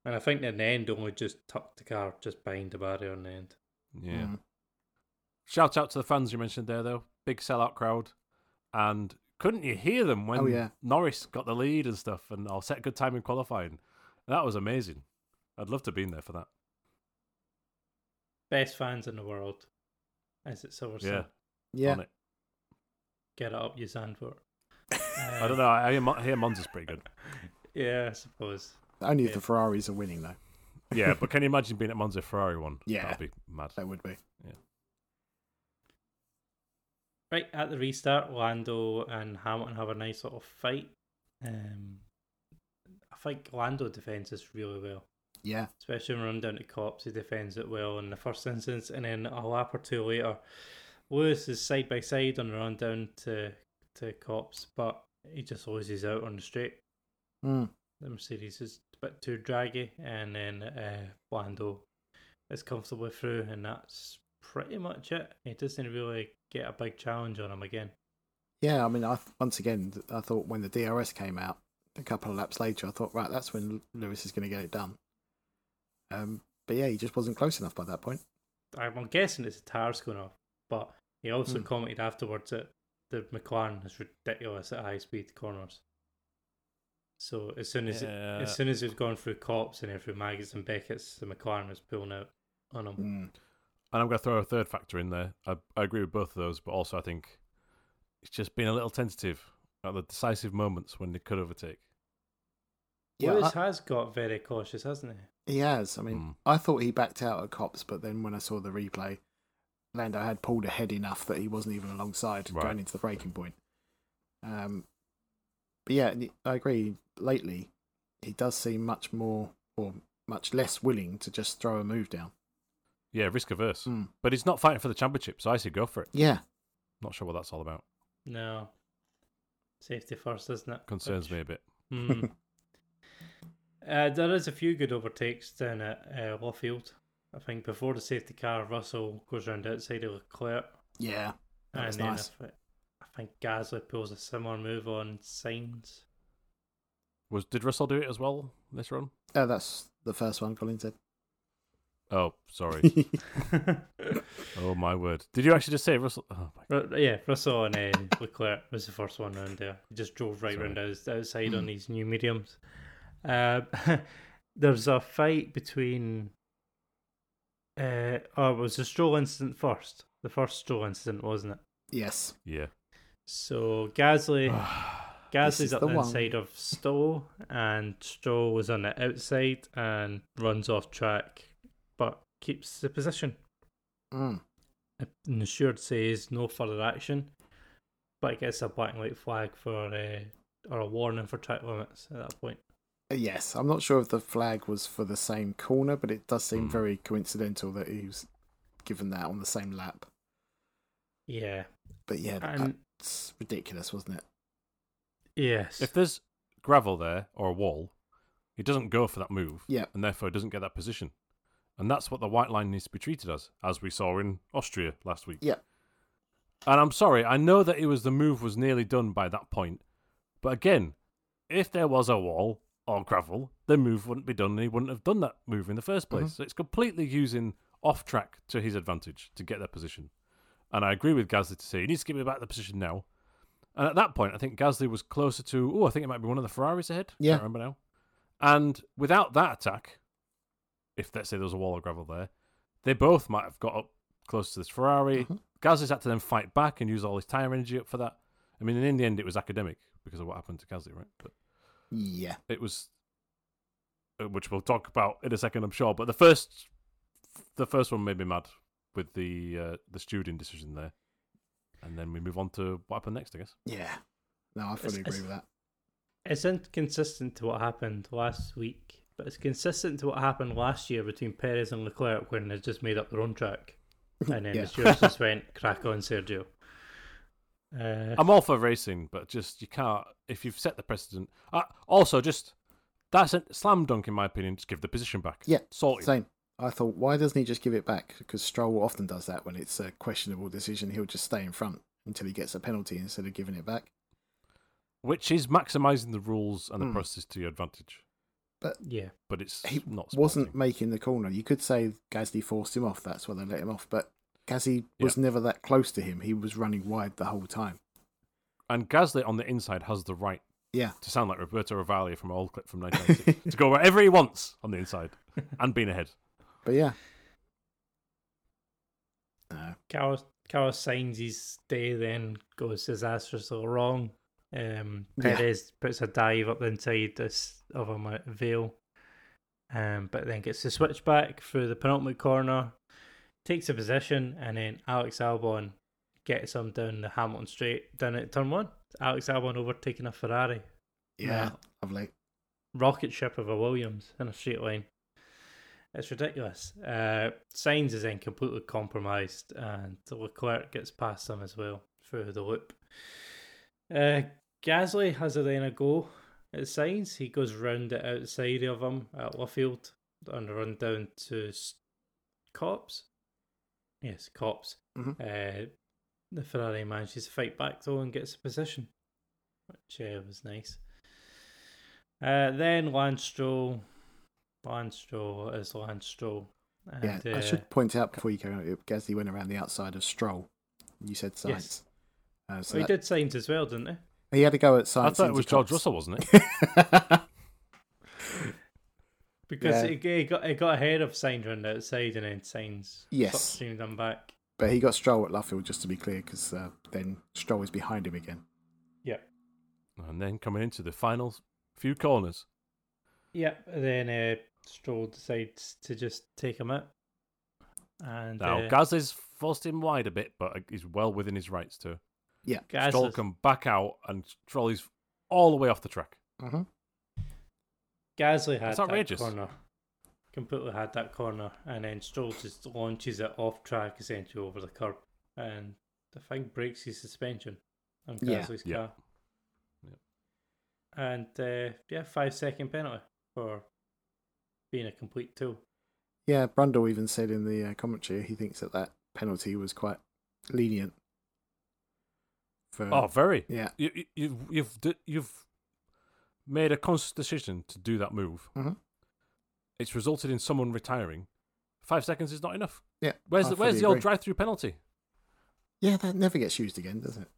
S1: And I think in the end only just tucked the car just behind the barrier on the end.
S2: Yeah.
S3: Mm.
S2: Shout out to the fans you mentioned there, though. Big sellout crowd. And couldn't you hear them when
S3: Oh, yeah.
S2: Norris got the lead and stuff and I'll set good time in qualifying? That was amazing. I'd love to have been there for that.
S1: Best fans in the world. Is it Silverstone?
S2: Yeah.
S3: Yeah.
S2: On it.
S1: Get it up, you Sandford.
S2: I don't know. I hear, Mon- I hear Monza's pretty good.
S1: Um, Yeah, I suppose.
S3: Only if
S1: Yeah.
S3: the Ferraris are winning, though.
S2: Yeah, but can you imagine being at Monza Ferrari one?
S3: Yeah.
S2: That'd be mad.
S3: That would be.
S1: right at the restart, Lando and Hamilton have a nice little fight. Um, I think Lando defends this really well,
S3: Yeah.
S1: especially when running down to cops. He defends it well in the first instance, and then a lap or two later, Lewis is side by side on the run down to to cops, but he just loses out on the straight.
S3: Mm.
S1: The Mercedes is a bit too draggy, and then uh, Lando is comfortably through, and that's pretty much it. He doesn't really get a big challenge on him again.
S3: Yeah, I mean, I th- once again, th- I thought when the DRS came out a couple of laps later, I thought, right, that's when L- Lewis is going to get it done. Um, but yeah, he just wasn't close enough by that point.
S1: I'm guessing it's the tires going off, but he also
S3: Hmm.
S1: commented afterwards that the McLaren is ridiculous at high speed corners. So as soon as it,
S2: Yeah.
S1: as soon as he's gone through cops and through maggots and Beckett's, the McLaren was pulling out on
S3: Mm,
S1: him.
S2: And I'm going to throw a third factor in there. I, I agree with both of those, but also I think it's just been a little tentative at the decisive moments when they could overtake.
S3: Yeah,
S1: Lewis
S3: I-
S1: has got very cautious, hasn't he?
S3: he has. I mean,
S2: Mm.
S3: I thought he backed out at cops, but then when I saw the replay, Lando had pulled ahead enough that he wasn't even alongside
S2: Right.
S3: going into the breaking point. Um, but yeah, I agree. Lately, he does seem much more or much less willing to just throw a move down.
S2: Yeah, risk averse.
S3: Mm.
S2: But he's not fighting for the championship, so I say go for it.
S3: Yeah,
S2: Not sure what that's all about.
S1: No. Safety first, isn't it?
S2: Concerns
S1: Which-
S2: me a bit.
S1: Hmm. uh, there is a few good overtakes down at uh, Lawfield. I think before the safety car, Russell goes round outside of Leclerc.
S3: yeah, that was
S1: then
S3: nice.
S1: I, thi- I think Gasly pulls a similar move on Signs.
S2: Was did Russell do it as well this run?
S3: Oh, that's the first one Colin said.
S2: Oh, sorry. oh my word! Did you actually just say Russell? Oh my
S1: Ru- yeah, Russell and uh, Leclerc was the first one round there. He just drove right
S2: Sorry.
S1: round out, outside
S3: Hmm.
S1: on these new mediums. Uh, there's a fight between. Uh, oh, it was the stroll incident first. The first stroll incident, wasn't it?
S3: yes.
S2: yeah.
S1: So Gasly,
S3: This is
S1: Gasly's up
S3: the
S1: the
S3: one.
S1: inside of Stoll, and Stroll was on the outside and runs off track, but keeps the position.
S3: Mm.
S1: And the steward says no further action, but it gets a black and white flag for uh, or a warning for track limits at that point.
S3: Yes, I'm not sure if the flag was for the same corner, but it does seem
S2: Mm.
S3: very coincidental that he was given that on the same lap.
S1: Yeah,
S3: But yeah,
S1: and
S3: that's ridiculous, wasn't it?
S1: yes,
S2: If there's gravel there or a wall, he doesn't go for that move,
S3: Yeah.
S2: and therefore doesn't get that position. And that's what the white line needs to be treated as, as we saw in Austria last week.
S3: Yeah.
S2: And I'm sorry, I know that it was the move was nearly done by that point, but again, if there was a wall or gravel, the move wouldn't be done, and he wouldn't have done that move in the first place. So it's completely using off track to his advantage to get that position. And I agree with Gasly to say he needs to give me back the position now. And at that point, I think Gasly was closer to. Oh, I think it might be one of the Ferraris ahead.
S3: Yeah.
S2: can't remember now. And without that attack, if let's say there was a wall of gravel there, they both might have got up close to this Ferrari. Gasly's had to then fight back and use all his tire energy up for that. I mean, in the end, it was academic because of what happened to Gasly, right? But
S3: Yeah.
S2: it was, uh, which we'll talk about in a second, I'm sure. But the first, the first one made me mad with the uh, the stewarding decision there, and then we move on to what happened next, I guess.
S3: Yeah. No, I fully
S1: It's-
S3: agree with that.
S1: it's inconsistent to what happened last week, but it's consistent to what happened last year between Perez and Leclerc when they just made up their own track, and then
S3: Yeah.
S1: the stewards just went crack on Sergio. Uh,
S2: I'm all for racing, but just you can't if you've set the precedent. Uh, also, just that's a slam dunk in my opinion. Just give the position back.
S3: Yeah,
S2: sorted.
S3: Same. I thought, why doesn't he just give it back? Because Stroll often does that when it's a questionable decision. He'll just stay in front until he gets a penalty instead of giving it back.
S2: Which is maximizing the rules and the
S3: Hmm.
S2: process to your advantage,
S1: yeah,
S2: but it's
S3: He
S2: not.
S3: wasn't
S2: sporting.
S3: making the corner. You could say Gasly forced him off. That's why they let him off. But Gasly
S2: Yeah.
S3: was never that close to him. He was running wide the whole time.
S2: and Gasly on the inside has the right
S3: Yeah.
S2: to sound like Roberto Ravalli from an old clip from 1996 to go wherever he wants on the inside and being ahead.
S3: But yeah. Uh, No.
S1: Carlos Carlos Sainz's day then goes disastrously wrong. Um,
S3: Yeah.
S1: Perez puts a dive up the inside this of a ma- veil, um, but then gets the switchback through the penultimate corner, takes a position, and then Alex Albon get some down the Hamilton straight down at turn one. Alex Albon overtaking a Ferrari,
S3: Yeah,
S1: No.
S3: lovely.
S1: rocket ship of a Williams in a straight line. It's ridiculous. Uh, Sainz is then completely compromised, and Leclerc gets past him as well through the loop. Uh, Gasly has a then a go at Sainz. He goes round it outside of him at Luffield on the run down to S- Cops. Yes, Cops.
S3: Mhm.
S1: Uh, the Ferrari manages to fight back though and gets a position, which uh, was nice. Uh, then Lance Stroll. Lance Stroll is Lance Stroll.
S3: Yeah,
S2: Oh,
S1: And,
S3: I
S1: uh,
S3: should point out before you carry on, Gasly went around the outside of Stroll. You said science. Uh, so
S1: well, he
S3: that-
S1: did signs as well, didn't he?
S3: he had to go at
S2: I
S3: science.
S2: thought it was George Russell, wasn't it?
S1: Because
S3: Yeah.
S1: it, it got it got ahead of Sainz on the outside and then Sainz
S3: Yes.
S1: streamed him back.
S3: but he got Stroll at Luffield, just to be clear, because uh, then Stroll is behind him again.
S1: Yeah.
S2: and then coming into the final few corners,
S1: Yep. and Then uh, Stroll decides to just take him out. And
S2: now
S1: uh,
S2: Gasly's forced him wide a bit, but he's well within his rights to.
S1: Gaz
S2: Stroll
S1: is-
S2: can back out, and Stroll is all the way off the track.
S3: Mm-hmm.
S1: Gasly had
S2: It's
S1: that
S2: outrageous.
S1: corner. Completely had that corner, and then Stroll just launches it off track, essentially over the curb, and the thing breaks his suspension on
S3: Yeah.
S1: Gasly's
S2: Yeah.
S1: car. And uh, yeah, five second penalty for being a complete tool.
S3: Yeah, Brundle even said in the uh, commentary he thinks that that penalty was quite lenient. For,
S2: Oh, very.
S3: yeah,
S2: You, you, you've you've d- you've made a conscious decision to do that move.
S3: Mhm.
S2: It's resulted in someone retiring. Five seconds is not enough.
S3: yeah.
S2: Where's
S3: I
S2: the, where's
S3: fully
S2: the old
S3: agree.
S2: drive-through penalty?
S3: Yeah, that never gets used again, does it?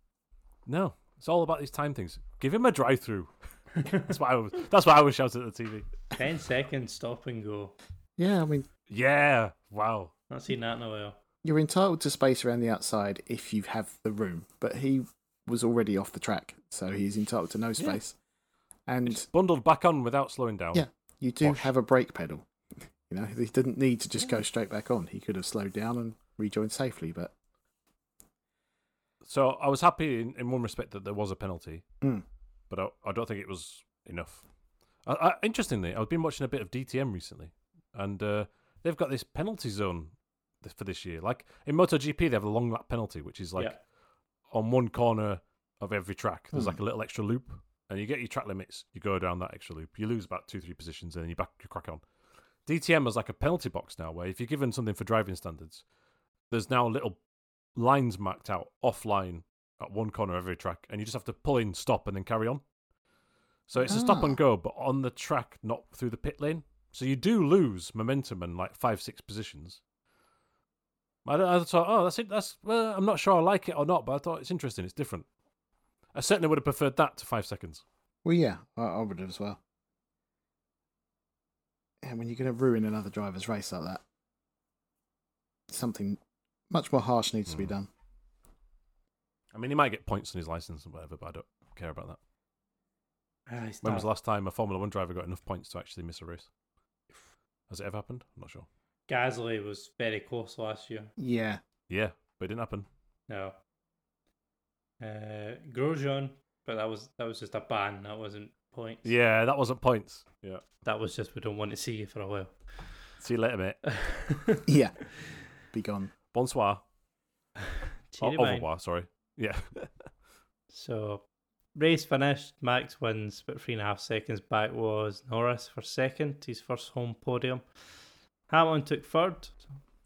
S2: No, it's all about these time things. Give him a drive-through. that's why I was. That's why I was shouting at the TV.
S1: Ten seconds stop and go.
S3: Yeah, I mean,
S2: Yeah. Wow.
S1: Not seen that in a while.
S3: you're entitled to space around the outside if you have the room, but he was already off the track, so he's entitled to no space. And
S2: Bundled back on without slowing down.
S3: yeah, you do
S2: Bosh.
S3: have a brake pedal. You know, he didn't need to just go straight back on. He could have slowed down and rejoined safely, but
S2: So I was happy in, in one respect that there was a penalty,
S3: Mm.
S2: but I, I don't think it was enough. I, I, interestingly, I've been watching a bit of DTM recently, and uh, they've got this penalty zone th- for this year. Like in MotoGP, they have a long lap penalty, which is like
S1: Yeah.
S2: on one corner of every track. There's
S3: Hmm.
S2: like a little extra loop, and you get your track limits. You go down that extra loop. You lose about two, three positions, and then you back you crack on. DTM has like a penalty box now, where if you're given something for driving standards, there's now little lines marked out offline at one corner of every track, and you just have to pull in, stop, and then carry on. So it's a stop
S3: Ah.
S2: and go, but on the track, not through the pit lane. So you do lose momentum and like five, six positions. I, don't- I thought, oh, that's it. That's well, I'm not sure I like it or not, but I thought it's interesting. It's different. I certainly would have preferred that to five seconds.
S3: well, yeah, I, I would have as well. And when you're going to ruin another driver's race like that, something much more harsh needs to be
S2: Hmm.
S3: done.
S2: I mean, he might get points on his license and whatever, but I don't care about that.
S1: Ah, he's
S2: When was the
S1: daft.
S2: last time a Formula One driver got enough points to actually miss a race? Has it ever happened? I'm not sure.
S1: Gasly was very close last year.
S3: Yeah.
S2: Yeah, but it didn't happen.
S1: No. Uh, Grosjean, but that was that was just a ban. That wasn't points.
S2: Yeah, that wasn't points. Yeah.
S1: That was just we don't want to see you for a while.
S2: See you later, mate.
S3: Yeah. Be gone.
S2: Bonsoir. Or,
S1: Cheer
S2: au
S1: mine.
S2: revoir, sorry. Yeah.
S1: So, race finished. Max wins, but three and a half seconds back was Norris for second, his first home podium. Hamilton took third.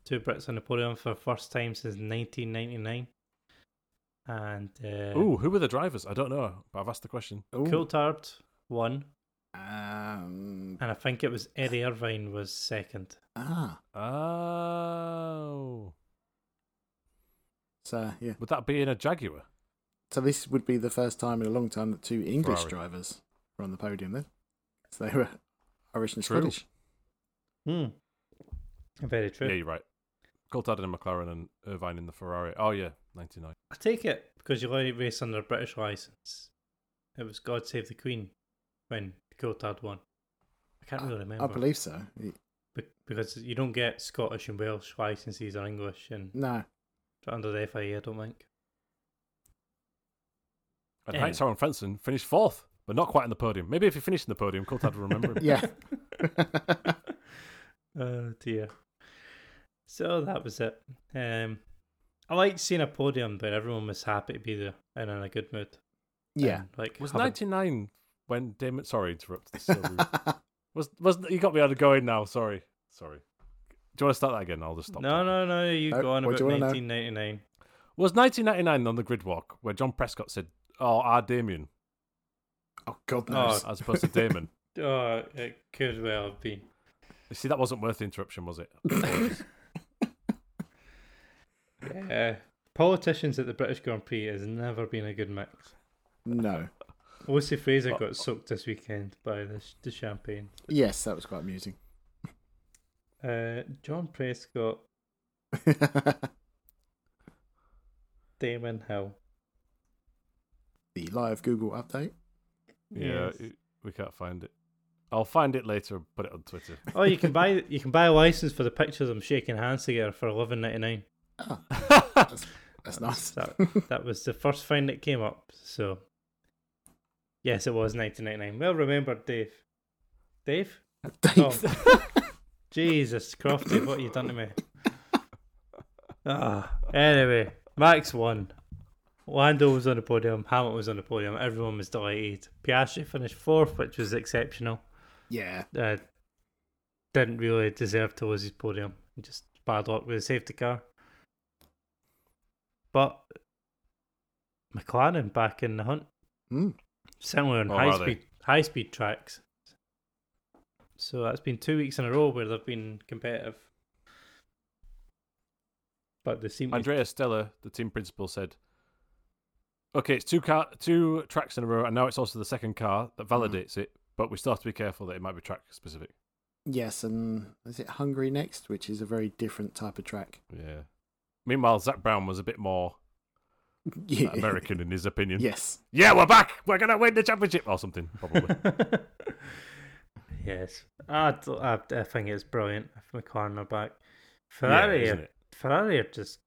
S1: Two Brits on the podium for the first time since 1999. And uh,
S2: Ooh, who were the drivers? I don't know, but I've asked the question.
S3: Ooh.
S1: Coulthard won,
S3: Um,
S1: and I think it was Eddie Irvine was second.
S3: ah,
S2: Oh.
S3: so yeah.
S2: Would that be in a Jaguar?
S3: So this would be the first time in a long time that two English
S2: Ferrari.
S3: drivers were on the podium then. So they were Irish and
S2: True.
S3: Scottish.
S1: Hmm. Very true.
S2: Yeah, you're right. Coulthard in a McLaren and Irvine in the Ferrari. Oh, yeah, 99.
S1: I take it because you only race under a British license. It was God Save the Queen when Coulthard won. I can't really
S3: I-
S1: remember.
S3: I believe so. Y-
S1: Be- because you don't get Scottish and Welsh licenses or English and
S3: No,
S1: under the FIA, I don't think.
S2: And
S1: Anyway.
S2: Heinz Harald Frentzen finished fourth, but not quite in the podium. Maybe if he finished in the podium, Coulthard would remember him.
S3: Yeah.
S1: Oh dear. So that was it. Um, I liked seeing a podium where everyone was happy to be there and in a good mood.
S3: yeah.
S1: And, like
S2: Was
S1: having-
S2: 99 when Damon. Sorry, interrupt. This is so rude. was, was, you got me out of going now. Sorry. Sorry. Do you want to start that again? I'll just stop.
S1: No,
S2: talking.
S1: no, no. You
S3: No,
S1: go on
S3: Uh, what
S1: about
S3: do you wanna know?
S1: 1999.
S2: Was 1999 on the grid walk where John Prescott said, Oh, our Damien,
S3: oh God
S1: Oh.
S3: knows.
S2: as opposed to Damon?
S1: Oh, it could well have been.
S2: You see, that wasn't worth the interruption, was it?
S1: Yeah. Uh, Politicians at the British Grand Prix has never been a good mix.
S3: no.
S1: Lucy Fraser got soaked this weekend by the, sh- the champagne.
S3: Yes, that was quite amusing.
S1: Uh, John Prescott,
S3: the
S1: Damon Hill.
S3: live Google update.
S2: Yeah,
S1: Yes.
S2: it- we can't find it. I'll find it later and put it on Twitter.
S1: Oh, you can buy you can buy a license for the pictures of them shaking hands together for eleven ninety nine.
S3: Ah, that's nice.
S1: That that was the first find that came up. So, yes, it was nineteen ninety nine. Well remembered, Dave. Dave, Tom.
S2: Oh.
S1: Jesus Crofty, what you done to me? Ah, anyway, Max won. Lando was on the podium. Hamilton was on the podium. Everyone was delighted. Piastri finished fourth, which was exceptional.
S3: yeah.
S1: Uh, didn't really deserve to lose his podium. Just bad luck with the safety car. But McLaren back in the hunt,
S3: Mm.
S1: similar on
S2: Oh,
S1: high
S2: are they?
S1: speed high speed tracks. So that's been two weeks in a row where they've been competitive. But they seem to
S2: Andrea Stella, the team principal, said, "Okay, it's two car, two tracks in a row, and now it's also the second car
S1: Mm-hmm.
S2: that validates it. But we still have to be careful that it might be track specific."
S3: Yes, and is it Hungary next, which is a very different type of track?
S2: Yeah. Meanwhile, Zach Brown was a bit more
S3: Yeah.
S2: American in his opinion.
S3: Yes.
S2: Yeah, we're back. We're gonna win the championship or something. Probably.
S1: yes, I, d- I, I think it's brilliant if McLaren are back.
S2: Yeah,
S1: Ferrari,
S2: isn't
S1: are,
S2: it?
S1: Ferrari are just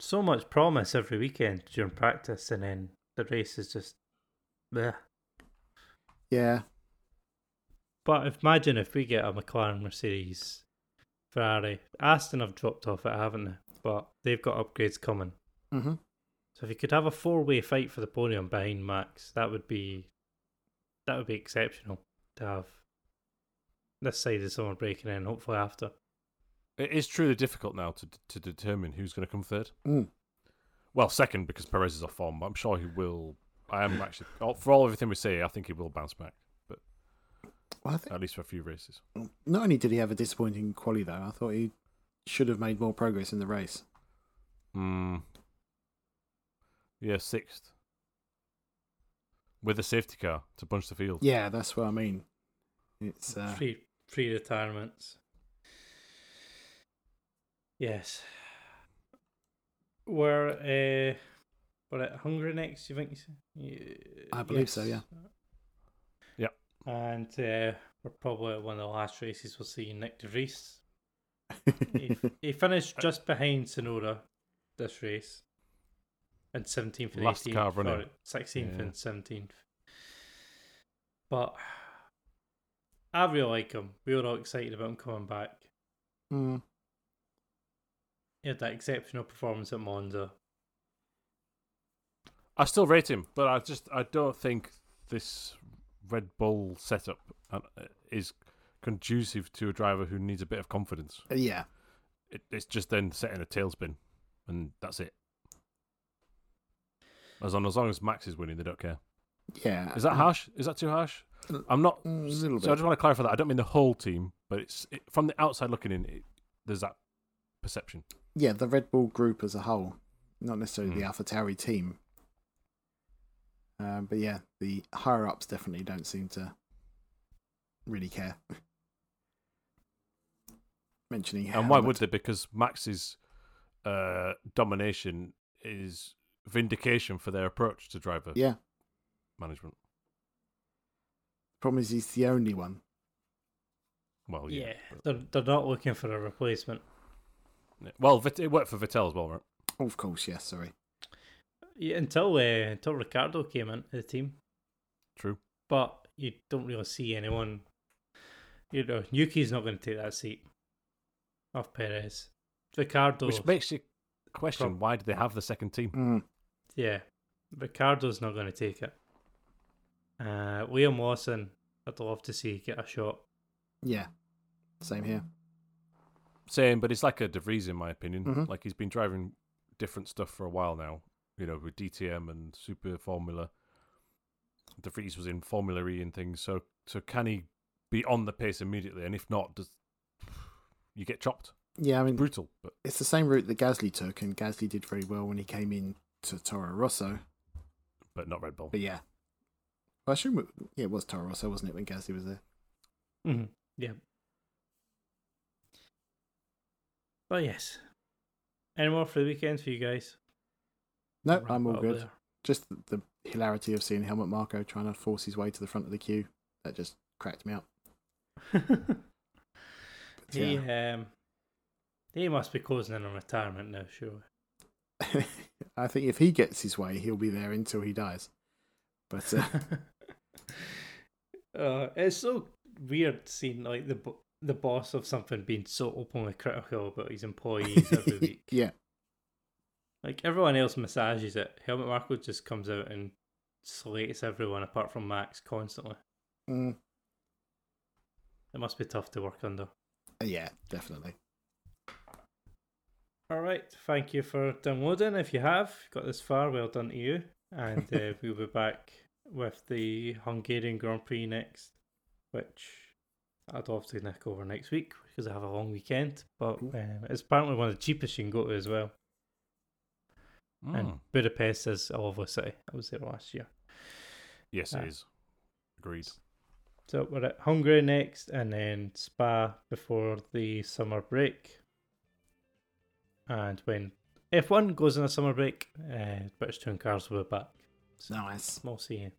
S1: so much promise every weekend during practice, and then the race is just. Bleh.
S3: Yeah.
S1: But if, imagine if we get a McLaren, Mercedes, Ferrari, Aston have dropped off it, haven't they? But they've got upgrades coming.
S3: hmm
S1: So if you could have a four-way fight for the podium behind Max, that would be that would be exceptional to have. This side is someone breaking in, hopefully after.
S2: it is truly difficult now to to determine who's going to come third.
S3: Mm.
S2: Well, second because Perez is off form, but I'm sure he will. I am actually oh, for all everything we say, I think he will bounce back, but
S3: Well, I think
S2: at least for a few races.
S3: not only did he have a disappointing quali though, I thought he should have made more progress in the race.
S2: Mm. Yeah, sixth with a safety car to punch the field.
S3: Yeah, that's what I mean. It's uh,
S1: Free free retirements. Yes. We're uh we're at Hungry next, you think you say? Ye-
S3: I believe so,
S1: yes.
S2: Yep.
S1: And uh, we're probably at one of the last races we'll see Nick De Vries. he, he finished just behind Sonoda this race. And 17th and
S2: Last
S1: 18th.
S2: car running.
S1: or 16th
S2: Yeah.
S1: and 17th. But I really like him. We were all excited about him coming back.
S3: mm,
S1: He had that exceptional performance at Monza.
S2: I still rate him, but I just I don't think this Red Bull setup uh, is conducive to a driver who needs a bit of confidence.
S3: yeah,
S2: it, it's just then setting a tailspin, and that's it. As long, as long as Max is winning, they don't care.
S3: yeah.
S2: Is that harsh? Is that too harsh? I'm not.
S3: Mm, Uh, a little
S2: So I
S3: bit.
S2: just want to clarify that I don't mean the whole team, but it's it, from the outside looking in. It, there's that perception.
S3: Yeah, the Red Bull group as a whole, not necessarily the
S2: Mm.
S3: AlphaTauri team. Um, but yeah, the higher ups definitely don't seem to really care. Mentioning
S2: And why
S3: Hamilton.
S2: would they? Because Max's uh, domination is vindication for their approach to driver
S3: yeah?
S2: management.
S3: Problem is, he's the only one.
S2: Well, Oh, yeah.
S1: yeah. They're, they're not looking for a replacement.
S2: Well, Vit- it worked for Vettel as well, right?
S3: Oh, of course, yes. Sorry.
S1: Yeah, until uh, until Ricardo came into the team,
S2: True.
S1: but you don't really see anyone. You know, Yuki's not going to take that seat off Perez. Ricardo,
S2: Which makes you question
S1: Prob-
S2: why do they have the second team?
S3: Mm.
S1: yeah, Ricardo's not going to take it. Uh, Liam Lawson, I'd love to see get a shot.
S3: Yeah. Same here.
S2: Same, but it's like a De Vries in my opinion.
S3: Mhm.
S2: Like he's been driving different stuff for a while now. You know, with DTM and Super Formula. De Vries was in Formula E and things. So, so can he be on the pace immediately? And if not, does you get chopped?
S3: Yeah, I mean,
S2: Brutal, but
S3: it's the same route that Gasly took, and Gasly did very well when he came in to Toro Rosso.
S2: but not Red Bull.
S3: But yeah, well, I assume it, yeah, it was Toro Rosso, wasn't it, when Gasly was there?
S1: Mm-hmm. Yeah. But yes. Any more for the weekend for you guys?
S3: No,
S1: Wrap
S3: I'm all
S1: up
S3: good.
S1: there.
S3: Just the, the hilarity of seeing Helmut Marco trying to force his way to the front of the queue that just cracked me up. But
S1: he
S3: yeah,
S1: um, he must be closing in on retirement now, sure.
S3: I think if he gets his way, he'll be there until he dies. But uh,
S1: uh, it's so weird seeing like the bo- the boss of something being so openly critical about his employees every week.
S3: yeah,
S1: Like everyone else massages it. Helmut Marco just comes out and slates everyone apart from Max constantly.
S3: mm,
S1: It must be tough to work under.
S3: yeah, definitely.
S1: All right. Thank you for downloading. If you have got this far, well done to you. And uh, we'll be back with the Hungarian Grand Prix next, which I'd love to nick over next week because I have a long weekend. But
S3: Cool.
S1: um, it's apparently one of the cheapest you can go to as well. And
S2: Mm.
S1: Budapest is a lovely city. I was there last year.
S2: Yes,
S1: Ah.
S2: it is. Agreed.
S1: So we're at Hungary next and then Spa before the summer break. And when F1 goes on a summer break, uh, British Touring Cars will be back.
S3: Nice.
S1: We'll see you.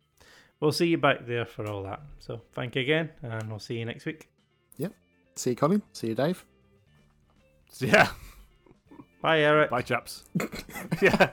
S1: We'll see you back there for all that. So thank you again, and we'll see you next week.
S3: See you, Colin. See you, Dave.
S2: So, yeah.
S1: Bye, Eric.
S2: Bye, chaps. yeah.